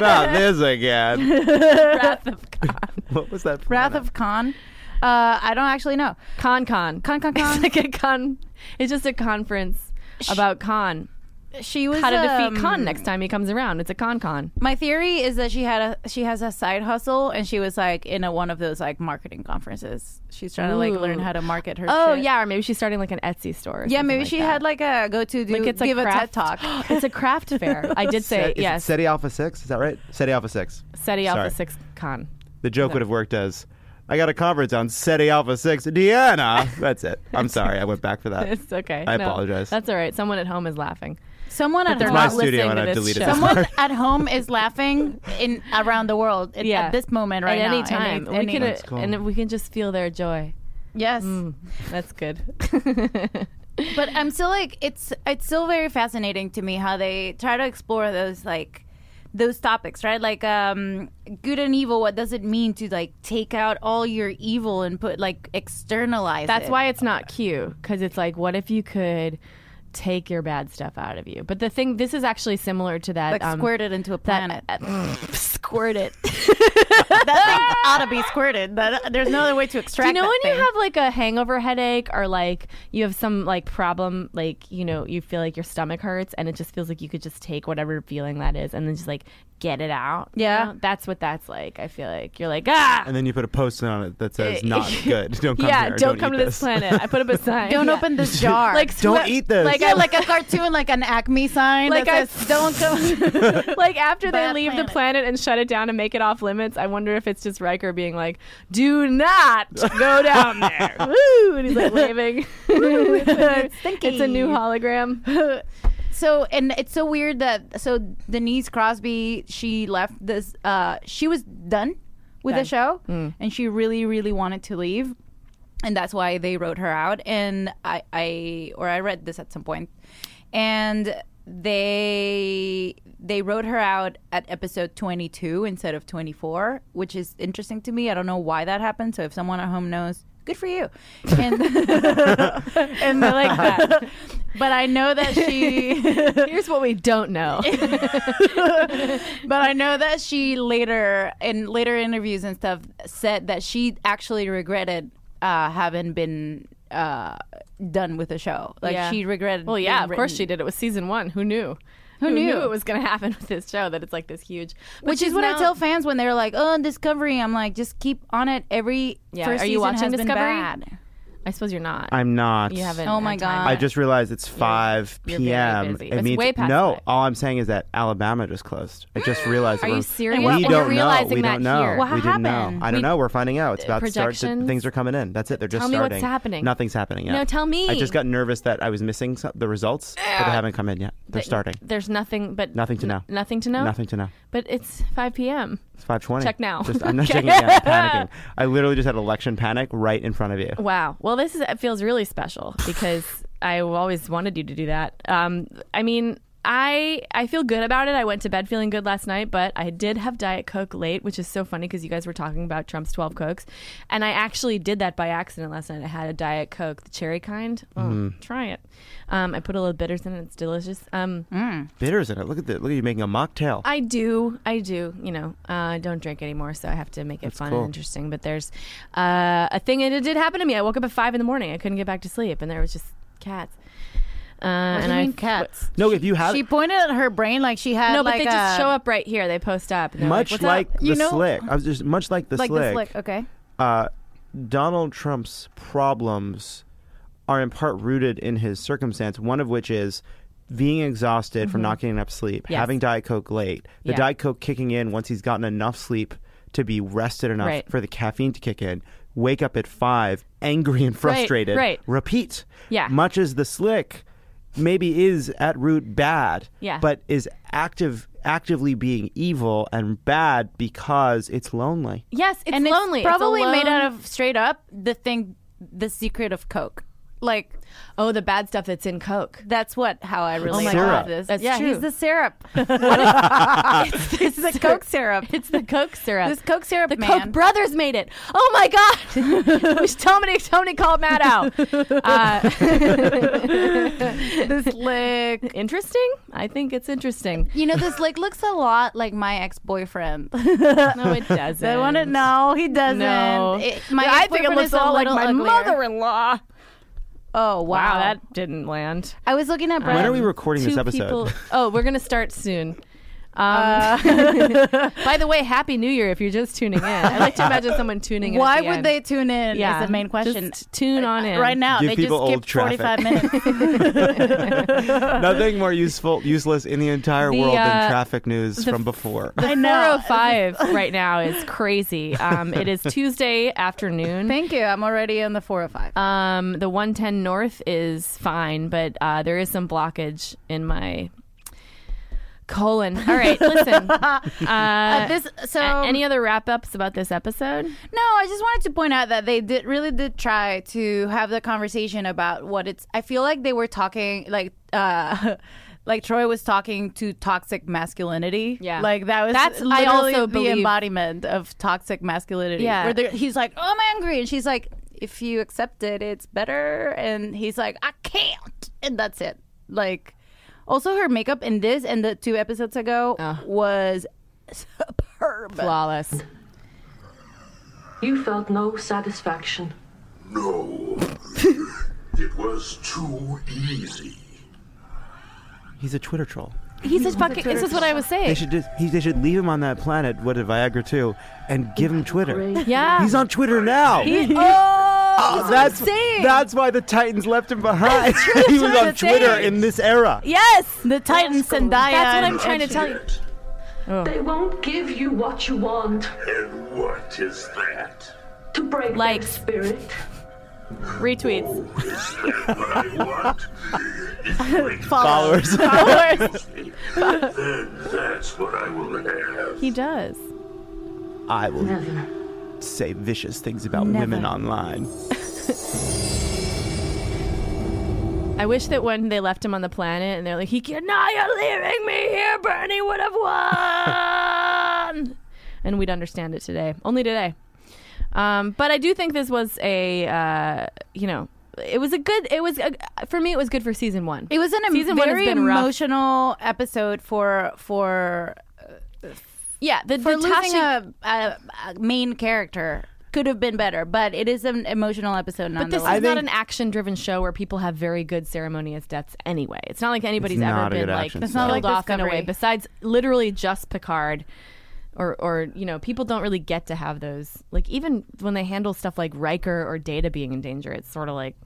S4: not this again.
S1: Wrath of
S4: What was that?
S2: Wrath
S4: planet?
S2: of Khan. Uh, I don't actually know.
S1: Con Con.
S2: Con Con
S1: It's
S2: Con.
S1: like a con. It's just a conference about con.
S2: She was
S1: How to
S2: um,
S1: defeat con next time he comes around. It's a con con.
S2: My theory is that she had a she has a side hustle and she was like in a, one of those like marketing conferences. She's trying to like
S1: Ooh.
S2: learn how to market her.
S1: Oh
S2: shit.
S1: yeah, or maybe she's starting like an Etsy store. or
S2: Yeah,
S1: something
S2: maybe
S1: like
S2: she
S1: that.
S2: had like a go to do
S1: like it's
S2: give
S1: a,
S2: a TED
S1: craft
S2: talk.
S1: it's a craft fair. I did say
S4: Set-
S1: it,
S4: is it
S1: yes.
S4: SETI Alpha Six. Is that right? SETI Alpha Six.
S1: SETI Alpha
S4: Sorry.
S1: Six Con.
S4: The joke would have worked as I got a conference on SETI Alpha 6. Deanna! That's it. I'm sorry. I went back for that.
S1: It's okay.
S4: I
S1: No,
S4: apologize.
S1: That's all right. Someone at home is laughing.
S2: Someone at
S1: They're
S2: home,
S4: my
S1: not
S4: studio
S1: listening
S4: and
S1: to
S4: I've
S1: this
S4: deleted
S1: show.
S4: it.
S2: someone at home is laughing in around the world at,
S1: Yeah.
S2: at this moment
S1: at
S2: right now.
S1: any time, we
S2: Any,
S1: can,
S2: any-
S4: That's cool.
S1: and we can just feel their joy.
S2: yes,
S1: Mm. That's good.
S2: but I'm still like it's it's still very fascinating to me how they try to explore those like those topics, right? Like um good and evil. What does it mean to like take out all your evil and put like externalize?
S1: That's
S2: it?
S1: why it's not cute because it's like, what if you could take your bad stuff out of you? But the thing, this is actually similar to that.
S2: like
S1: um,
S2: squirt it into a planet.
S1: that, squirt it.
S2: that thing ought to be squirted. That, there's no other way to
S1: Do
S2: extract.
S1: you know
S2: that
S1: when
S2: thing.
S1: you have like a hangover headache or like you have some like problem, like you know you feel like your stomach hurts and it just feels like you could just take whatever feeling that is and then just like get it out. you
S10: Yeah.
S1: know? that's what that's like. I feel like you're like ah.
S4: And then you put a post on it that says "not good." Don't come
S1: yeah,
S4: here.
S1: don't, come
S4: eat
S1: to this planet. I put up a sign.
S10: Don't
S1: Yeah.
S10: open this jar.
S1: Like
S4: Don't
S1: swe-
S4: eat this.
S1: Like
S10: yeah,
S1: I
S10: like a cartoon, like an Acme sign.
S1: Like
S10: Like
S1: I-
S10: that says, don't go.
S1: like after they
S10: Bad
S1: leave the
S10: planet.
S1: planet and shut it down and make it off limits, I wonder if it's just Riker being like, "Do not go down there." Woo! And he's like waving.
S10: stinky.
S1: It's a new hologram.
S10: so and it's so weird that so Denise Crosby she left this. Uh, she was done with the show, and she really really wanted to leave, and that's why they wrote her out. And I I or I read this at some point, and they they wrote her out at episode 22 instead of 24 which is interesting to me i don't know why that happened so if someone at home knows good for you and, and they like that but i know that she
S1: Here's what we don't know.
S10: but I know that she later in later interviews and stuff said that she actually regretted uh, having been uh, done with the show. Like
S1: Yeah.
S10: she regretted.
S1: Well, yeah,
S10: being
S1: of course
S10: written.
S1: she did. It was season one. Who knew? Who,
S10: knew?
S1: it was going to happen with this show that it's like this huge? But
S10: Which
S1: she's
S10: is what
S1: now-
S10: I tell fans when they're like, "Oh, on Discovery," I'm like, "Just keep on it." Every
S1: Yeah,
S10: first
S1: are you
S10: season
S1: watching
S10: has been
S1: Discovery?
S10: bad.
S1: I suppose you're not.
S4: I'm not.
S1: you haven't.
S10: Oh my
S1: had time.
S10: God.
S4: I just realized it's 5
S1: you're very
S4: p.m.
S1: busy.
S4: It
S1: It's
S4: means-
S1: way past
S4: no.
S1: five.
S4: All I'm saying is that Alabama just closed. I just realized.
S1: Are
S4: we're-
S1: you serious?
S4: We
S1: And we're
S4: don't know.
S1: realizing
S4: We
S1: that
S4: don't know.
S1: here. What
S4: we didn't know.
S10: happened?
S4: I don't
S1: We-
S4: know. We're finding out. It's about to start. to-
S1: Projections?
S4: Things are coming in. That's it. They're just
S1: Tell me what's
S4: starting.
S1: happening.
S4: Nothing's happening yet.
S1: No, tell me.
S4: I just got nervous that I was missing some, the results, but they haven't come in yet. They're starting.
S1: There's nothing, but
S4: Nothing to know.
S1: nothing to know.
S4: Nothing to know.
S1: But it's 5 p.m.
S4: It's 5:20.
S1: Check now.
S4: Just, I'm not
S1: Okay.
S4: checking. Yeah, I'm panicking. I literally just had election panic right in front of you.
S1: Wow. Well, this is, it feels really special because I always wanted you to do that. Um, I mean, I I feel good about it. I went to bed feeling good last night, but I did have Diet Coke late, which is so funny because you guys were talking about Trump's 12 Cokes. And I actually did that by accident last night. I had a Diet Coke, the cherry kind. Oh, Try it. Um, I put a little bitters in it. It's delicious. Um,
S4: Bitters in it. Look at that. Look at you making a mocktail.
S1: I do. I do. You know, uh, I don't drink anymore, so I have to make it fun
S4: cool.
S1: and interesting. But there's uh, a thing, and it did happen to me. I woke up at five in the morning. I couldn't get back to sleep, and there was just cats. Uh, and
S10: And
S1: I
S10: I mean, cats.
S4: no, if you have
S10: She pointed at her brain like she had.
S1: no, but
S10: like uh,
S1: they just
S10: a-
S1: show up right here. They post up. and they're like,
S4: much
S1: "What's
S4: like
S1: up?"
S4: the
S10: You know-
S4: slick, I was just much like the
S10: like
S4: slick.
S10: this. Like okay.
S4: uh, Donald Trump's problems are in part rooted in his circumstance, one of which is being exhausted from not getting enough sleep,
S1: Mm-hmm. Yes.
S4: having Diet Coke late, the
S1: Yeah.
S4: Diet Coke kicking in once he's gotten enough sleep to be rested enough
S1: Right.
S4: for the caffeine to kick in, wake up at five, angry and frustrated,
S1: right.
S4: repeat.
S1: Yeah.
S4: Much as the slick maybe is at root bad,
S1: Yeah.
S4: but is active actively being evil and bad because it's lonely.
S1: Yes, it's
S10: and
S1: lonely.
S10: It's probably
S1: alone.
S10: made out of straight up the thing, the secret of Coke. Like
S1: oh the bad stuff that's in Coke.
S10: that's what how I relate to
S4: Syrup.
S10: this.
S1: Oh That's
S10: yeah,
S1: true.
S10: he's the syrup. it's, the Coke syrup.
S1: It's the Coke syrup.
S10: This Coke syrup
S1: The
S10: man.
S1: Koch brothers made it. Oh my God! Which Tony Tony called Matt out. Uh,
S10: this lick.
S1: interesting. I think it's interesting.
S10: You know, this lick looks a lot like my ex boyfriend.
S1: No, it doesn't.
S10: I want to know. He doesn't.
S1: No,
S10: It- my
S1: I think it
S10: ex-boyfriend
S1: looks
S10: is a
S1: all like
S10: little
S1: my
S10: uglier.
S1: mother-in-law. Wow.
S10: Oh wow.
S1: that didn't land.
S10: I was looking at Brad.
S4: When are we recording this
S1: Um, Two
S4: episode?
S1: people- Oh, we're gonna start soon. Um,
S10: Uh.
S1: by the way, Happy New Year if you're just tuning in. I like to imagine someone tuning in. at
S10: Why
S1: the
S10: would
S1: end.
S10: they tune in?
S1: Yeah,
S10: is the main question. Uh,
S1: Just tune on in
S10: right now,
S4: Give
S10: they just
S4: people old
S10: skipped
S4: traffic.
S10: forty-five minutes.
S4: Nothing more useful, useless in the entire
S1: The,
S4: world
S1: uh,
S4: than traffic news from before.
S1: The
S10: I know.
S1: 405 right now is crazy. Um, it is Tuesday afternoon.
S10: Thank you. I'm already on the four or five.
S1: Um, the 110 North is fine, but uh, there is some blockage in my colon. All right, listen. Uh,
S10: this so
S2: Um,
S1: a- any other wrap ups about this episode?
S10: No, I just wanted to point out that they did really did try to have the conversation about what it's. I feel like they were talking like. uh Like Troy was talking to toxic masculinity.
S1: Yeah.
S10: like that was
S1: That's-
S10: that's
S1: I
S10: literally
S1: also
S10: the
S1: believe-
S10: embodiment of toxic masculinity.
S1: Yeah.
S10: where they're- he's like, "Oh, I'm angry," and she's like, "If you accept it, it's better." And he's like, "I can't," and that's it. Like, also her makeup in this and the two episodes ago was superb.
S1: Flawless.
S5: You felt no satisfaction.
S11: No. it was too easy.
S4: He's a Twitter troll.
S1: He's a fucking. This is what I was saying.
S4: They should just, he, they should leave him on that planet. What did Viagra too, and give him Twitter.
S1: Yeah.
S4: he's on Twitter now.
S1: He- oh,
S4: that's
S1: saying.
S4: that's why the Titans left him behind. he
S1: that's
S4: was
S1: what
S4: on
S1: I'm
S4: Twitter
S1: saying.
S4: in this era.
S1: yes,
S2: The Titans and Diane.
S1: that's what I'm trying to tell you.
S5: They won't give you what you want
S9: And what is that?
S5: to break that
S1: Likes.
S5: spirit.
S1: Retweets.
S9: Is that what I want?
S4: Followers.
S9: Then that's what I will have.
S1: he does.
S4: I will say vicious things about women online.
S1: I wish that when they left him on the planet and they're like, he can now you're leaving me here, Bernie would have won. and we'd understand it today. Only today. Um, but I do think this was a, uh, you know, it was a good, it was, a, for me, it was good for season one.
S2: It was an
S1: Season
S2: Season
S1: one has
S2: very
S1: been rough.
S2: emotional episode for for
S1: yeah, the,
S2: for
S1: the
S2: losing
S1: Tasha-
S2: a, a, a main character. Could have been better, but it is an emotional episode
S1: But this
S2: nonetheless.
S1: is not an action-driven show where people have very good ceremonious deaths. Anyway, it's not like anybody's
S4: It's
S1: ever
S4: not a
S1: been
S4: good
S1: like
S4: action
S1: killed
S4: It's not
S2: like
S1: off in a
S2: Discovery.
S1: way. Besides, literally just Picard, or or you know, people don't really get to have those. Like even when they handle stuff like Riker or Data being in danger, it's sort of like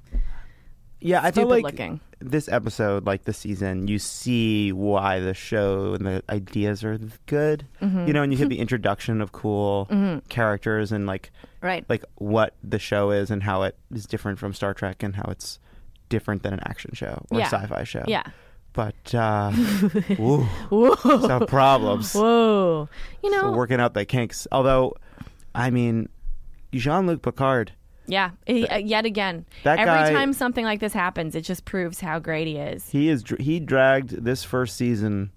S4: Yeah, I feel
S1: Stupid
S4: like
S1: looking.
S4: this episode, like this season, you see why the show and the ideas are good.
S1: Mm-hmm.
S4: You know, and you hit the introduction of cool characters and like
S2: Right.
S4: like what the show is and how it is different from Star Trek and how it's different than an action show or
S1: Yeah.
S4: a sci-fi show.
S1: Yeah.
S4: But uh, ooh, some problems.
S1: whoa, Oh, you know,
S4: So working out the kinks. Although, I mean, Jean-Luc Picard.
S1: yeah. He- uh, yet again,
S4: That
S1: every
S4: guy-
S1: time something like this happens, it just proves how great he is.
S4: He is dr- he dragged this first season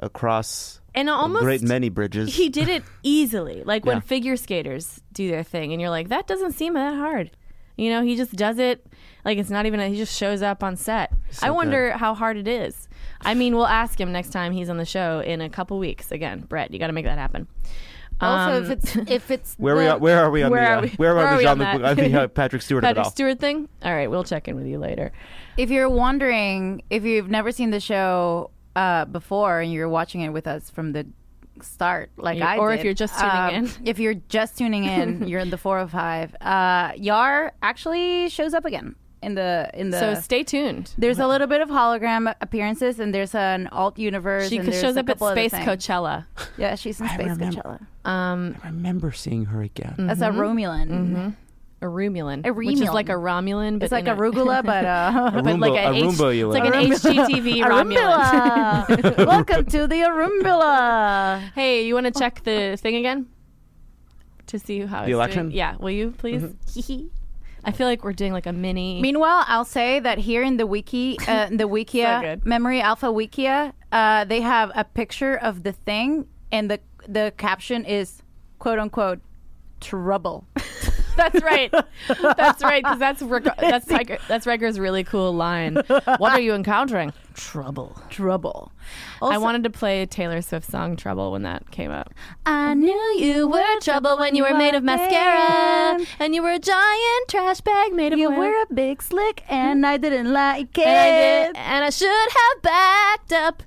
S4: across
S1: And
S4: a
S1: almost
S4: great many bridges.
S1: he did it easily. Like when
S4: Yeah.
S1: figure skaters do their thing, and you're like, that doesn't seem that hard. You know, he just does it. Like it's not even. he just shows up on set. I wonder how hard it is. I mean, we'll ask him next time he's on the show in a couple weeks. Again, Brett, you got to make that happen.
S2: also,
S1: Um,
S2: if it's if it's
S4: where we
S2: the-
S4: are, where are we on
S1: where
S4: the
S1: are
S4: uh,
S1: we-
S4: where
S1: where
S4: are
S1: are
S4: we
S1: we
S4: on
S1: on
S4: the
S1: that?
S4: on the, uh, Patrick Stewart of it
S1: Patrick
S4: all?
S1: Stewart thing. All right, we'll check in with you later.
S2: if you're wondering if you've never seen the show uh, before and you're watching it with us from the start like
S1: Yeah,
S2: I
S1: or if
S2: did,
S1: you're just tuning
S2: um,
S1: in.
S2: if you're just tuning in you're in the 405 uh Yar actually shows up again in the in the
S1: so stay tuned.
S2: there's a little bit of hologram appearances and there's an alt universe
S1: She
S2: and there's
S1: shows
S2: a
S1: up at
S2: couple other
S1: Space
S2: things.
S1: Coachella.
S2: yeah she's in Space
S4: remember.
S2: Coachella
S1: Mm-hmm.
S4: I remember seeing her again.
S2: that's a Romulan
S1: A Romulan,
S2: A
S1: which is
S2: Romulan.
S1: like a Romulan, Mm-hmm. but
S2: it's like
S1: in
S2: arugula but uh
S1: but like
S4: Roomba-
S1: a
S4: a
S1: H-
S4: Roomba-ulan.
S1: it's like an HGTV Romulan.
S2: Arumbula. welcome to the Arumbula
S1: Hey, you want to check the thing again to see how it's
S4: election?
S1: Doing? Yeah, will you please? I feel like we're doing like a mini.
S2: Meanwhile, I'll say that here in the wiki, uh, the
S1: So
S2: wikia
S1: good.
S2: memory alpha wikia, uh, they have a picture of the thing, and the the caption is "quote unquote trouble."
S1: that's right. That's right. Because that's Rick- that's Tiger. That's Riker's really cool line. What are you encountering? Trouble.
S2: trouble.
S1: I wanted to play Taylor Swift's song "Trouble" when that came up.
S2: I knew you were trouble when you were made of mascara.
S1: and you were a giant trash bag made of
S2: You
S1: oil.
S2: were a big slick, and I didn't like it.
S1: And I, did, and I should have backed up.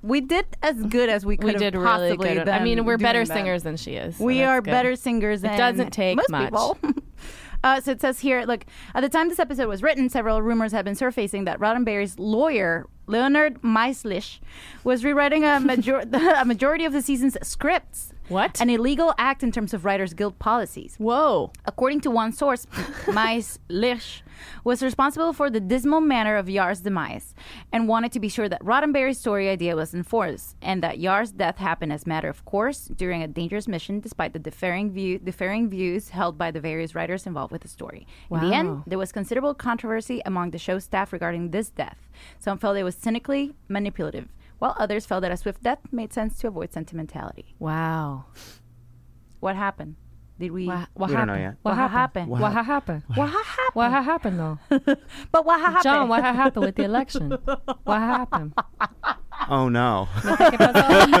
S2: We did as good as we could
S1: We
S2: have
S1: did really
S2: possibly
S1: good. I
S2: done
S1: mean, we're better
S2: doing that.
S1: singers than she is. so
S2: we
S1: that's
S2: are
S1: good.
S2: better singers than
S1: doesn't take
S2: most
S1: much.
S2: people. uh, so it says here, look, at the time this episode was written, several rumors have been surfacing that Roddenberry's lawyer, Leonard Meislish, was rewriting a, major- a majority of the season's scripts.
S1: What?
S2: An illegal act in terms of Writers Guild policies.
S1: Whoa.
S2: According to one source, Meislish was responsible for the dismal manner of Yar's demise and wanted to be sure that Roddenberry's story idea was enforced and that Yar's death happened as matter of course during a dangerous mission despite the differing, view, differing views held by the various writers involved with the story. In the
S1: Wow.
S2: end, there was considerable controversy among the show's staff regarding this death. Some felt it was cynically manipulative, while others felt that a swift death made sense to avoid sentimentality.
S1: Wow.
S2: What happened? Did we...
S1: What, what
S4: We don't know
S1: happened?
S4: yet.
S2: What happened?
S1: What happened?
S2: What happened?
S1: What happened though?
S2: But what happened?
S1: John, what happened with the election? What happened?
S4: Oh no!
S1: No, no.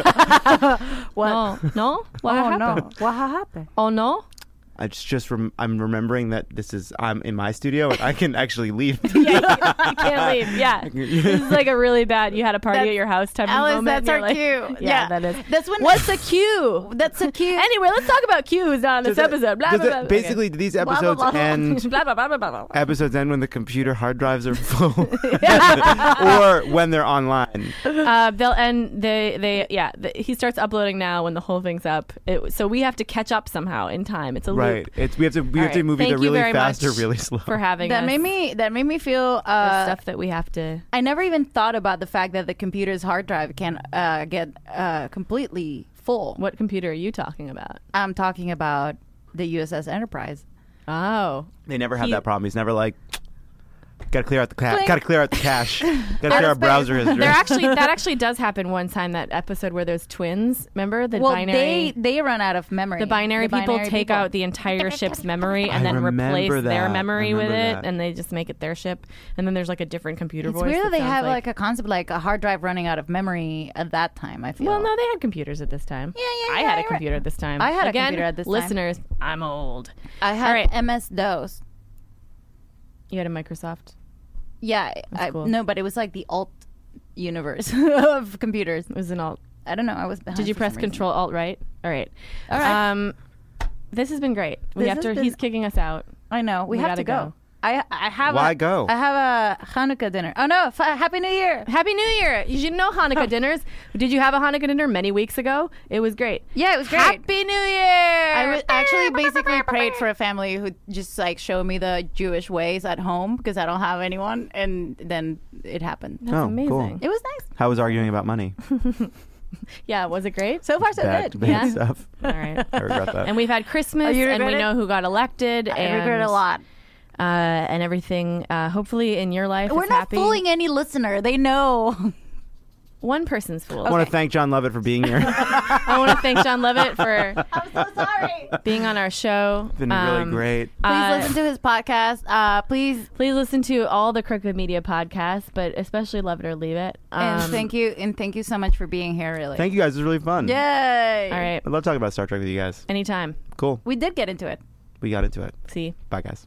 S1: What
S2: oh,
S1: happened?
S2: no. What happened?
S1: Oh no.
S4: I just just rem- I'm remembering that this is I'm in my studio and I can actually leave.
S1: you can't leave. Yeah, this is like a really bad. You had a party at your house type
S2: Alice,
S1: of moment.
S2: that's
S1: and you're
S2: our
S1: like-
S2: cue.
S1: Yeah,
S2: Yeah.
S1: that is.
S2: That's when-
S1: What's a cue?
S2: That's a cute.
S1: anyway, let's talk about cues not on this
S4: Does it-
S1: episode. Blah,
S4: does
S1: blah,
S4: it-
S1: blah. Okay.
S4: uh, basically, do these
S1: blah,
S4: episodes
S1: blah, blah, blah.
S4: end?
S1: blah blah blah blah blah. blah.
S4: Episodes end when the computer hard drives are full, or when they're online.
S1: Uh, they'll end. They they yeah. The, he starts uploading now when the whole thing's up. It, so we have to catch up somehow in time. It's a loop.
S4: Right. It's we have to we
S1: All
S4: have to
S1: right.
S4: move
S1: Thank
S4: either
S1: you
S4: really
S1: very
S4: fast or
S1: much
S4: really slow.
S1: for having
S2: That
S1: us.
S2: made me. That made me feel.
S1: There's
S2: Uh,
S1: stuff that we have to.
S2: I never even thought about the fact that the computer's hard drive can uh, get uh, completely full.
S1: What computer are you talking about?
S2: I'm talking about the USS Enterprise.
S1: Oh,
S4: They never have
S1: He-
S4: that problem. He's never like, gotta clear out the ca-
S2: Clink.
S4: gotta clear out the cache, gotta
S1: Out
S4: clear
S1: of
S4: out browser history.
S1: there actually that actually does happen one time. That episode where those twins. Remember the
S2: well,
S1: binary.
S2: they they run out of memory.
S1: the binary people take out the entire ship's memory and
S4: I
S1: then replace
S4: remember
S1: their
S4: that.
S1: memory with
S4: Remember
S1: it,
S4: that.
S1: and they just make it their ship. And then there's like a different computer
S2: It's
S1: voice.
S2: weird that they
S1: sounds
S2: have like, a concept like a hard drive running out of memory at that time. I feel.
S1: Well, no, they had computers at this time.
S2: Yeah, yeah,
S1: I
S2: yeah,
S1: had a
S2: you're
S1: computer at this time.
S2: I had a
S1: Again,
S2: computer at this time.
S1: listeners, I'm old.
S2: I had
S1: All right.
S2: MS DOS.
S1: You had a Microsoft.
S2: Yeah, I,
S1: cool.
S2: no, but it was like the alt universe of computers.
S1: It was an alt.
S2: I don't know. I was. Behind
S1: Did you
S2: for
S1: press
S2: some reason.
S1: Control Alt Right? All right.
S2: All right.
S1: Um, this has been great. We
S2: This
S1: have
S2: has
S1: to.
S2: been-
S1: He's kicking us out.
S2: I know. We,
S1: We
S2: have to
S1: gotta
S2: go.
S1: go.
S2: I I have.
S4: Why
S2: a,
S4: go?
S2: I have a Hanukkah dinner. Oh no! F- Happy New Year.
S1: Happy New Year! You should know Hanukkah dinners. Did you have a Hanukkah dinner many weeks ago? It was great.
S2: Yeah, it was great.
S1: Happy New Year!
S2: I was actually basically prayed for a family who just like showed me the Jewish ways at home because I don't have anyone, and then it happened.
S1: That's
S4: Oh,
S1: amazing.
S4: cool.
S2: It was nice.
S4: How was arguing about money?
S1: Yeah, was it great?
S2: So far, so
S4: Bad,
S2: good.
S4: bad
S1: Yeah.
S4: stuff.
S1: All right.
S4: I regret that.
S1: And we've had Christmas,
S2: Oh, you
S1: and
S2: regret
S1: we
S2: it?
S1: know who got elected.
S2: I
S1: and,
S2: regret a lot.
S1: uh, and everything. Uh, hopefully, in your life,
S2: We're
S1: is
S2: not
S1: happy.
S2: fooling any listener. They know.
S1: One person's fool.
S4: I want to thank John Lovett for being here. it's
S1: I want to thank John Levitt for
S2: I'm so sorry.
S1: being on our show.
S4: been really
S1: Um,
S4: great.
S2: Please
S1: uh,
S2: listen to his podcast. Uh, please
S1: Please listen to all the Crooked Media podcasts, but especially Love It or Leave It.
S2: and
S1: Um,
S2: thank you and thank you so much for being here. Really.
S4: Thank you guys. It was really fun.
S2: Yay!
S1: All right.
S4: I love talking about Star Trek with you guys.
S1: Anytime.
S4: Cool.
S2: We did get into it.
S4: We got into it.
S1: See.
S4: Bye, guys.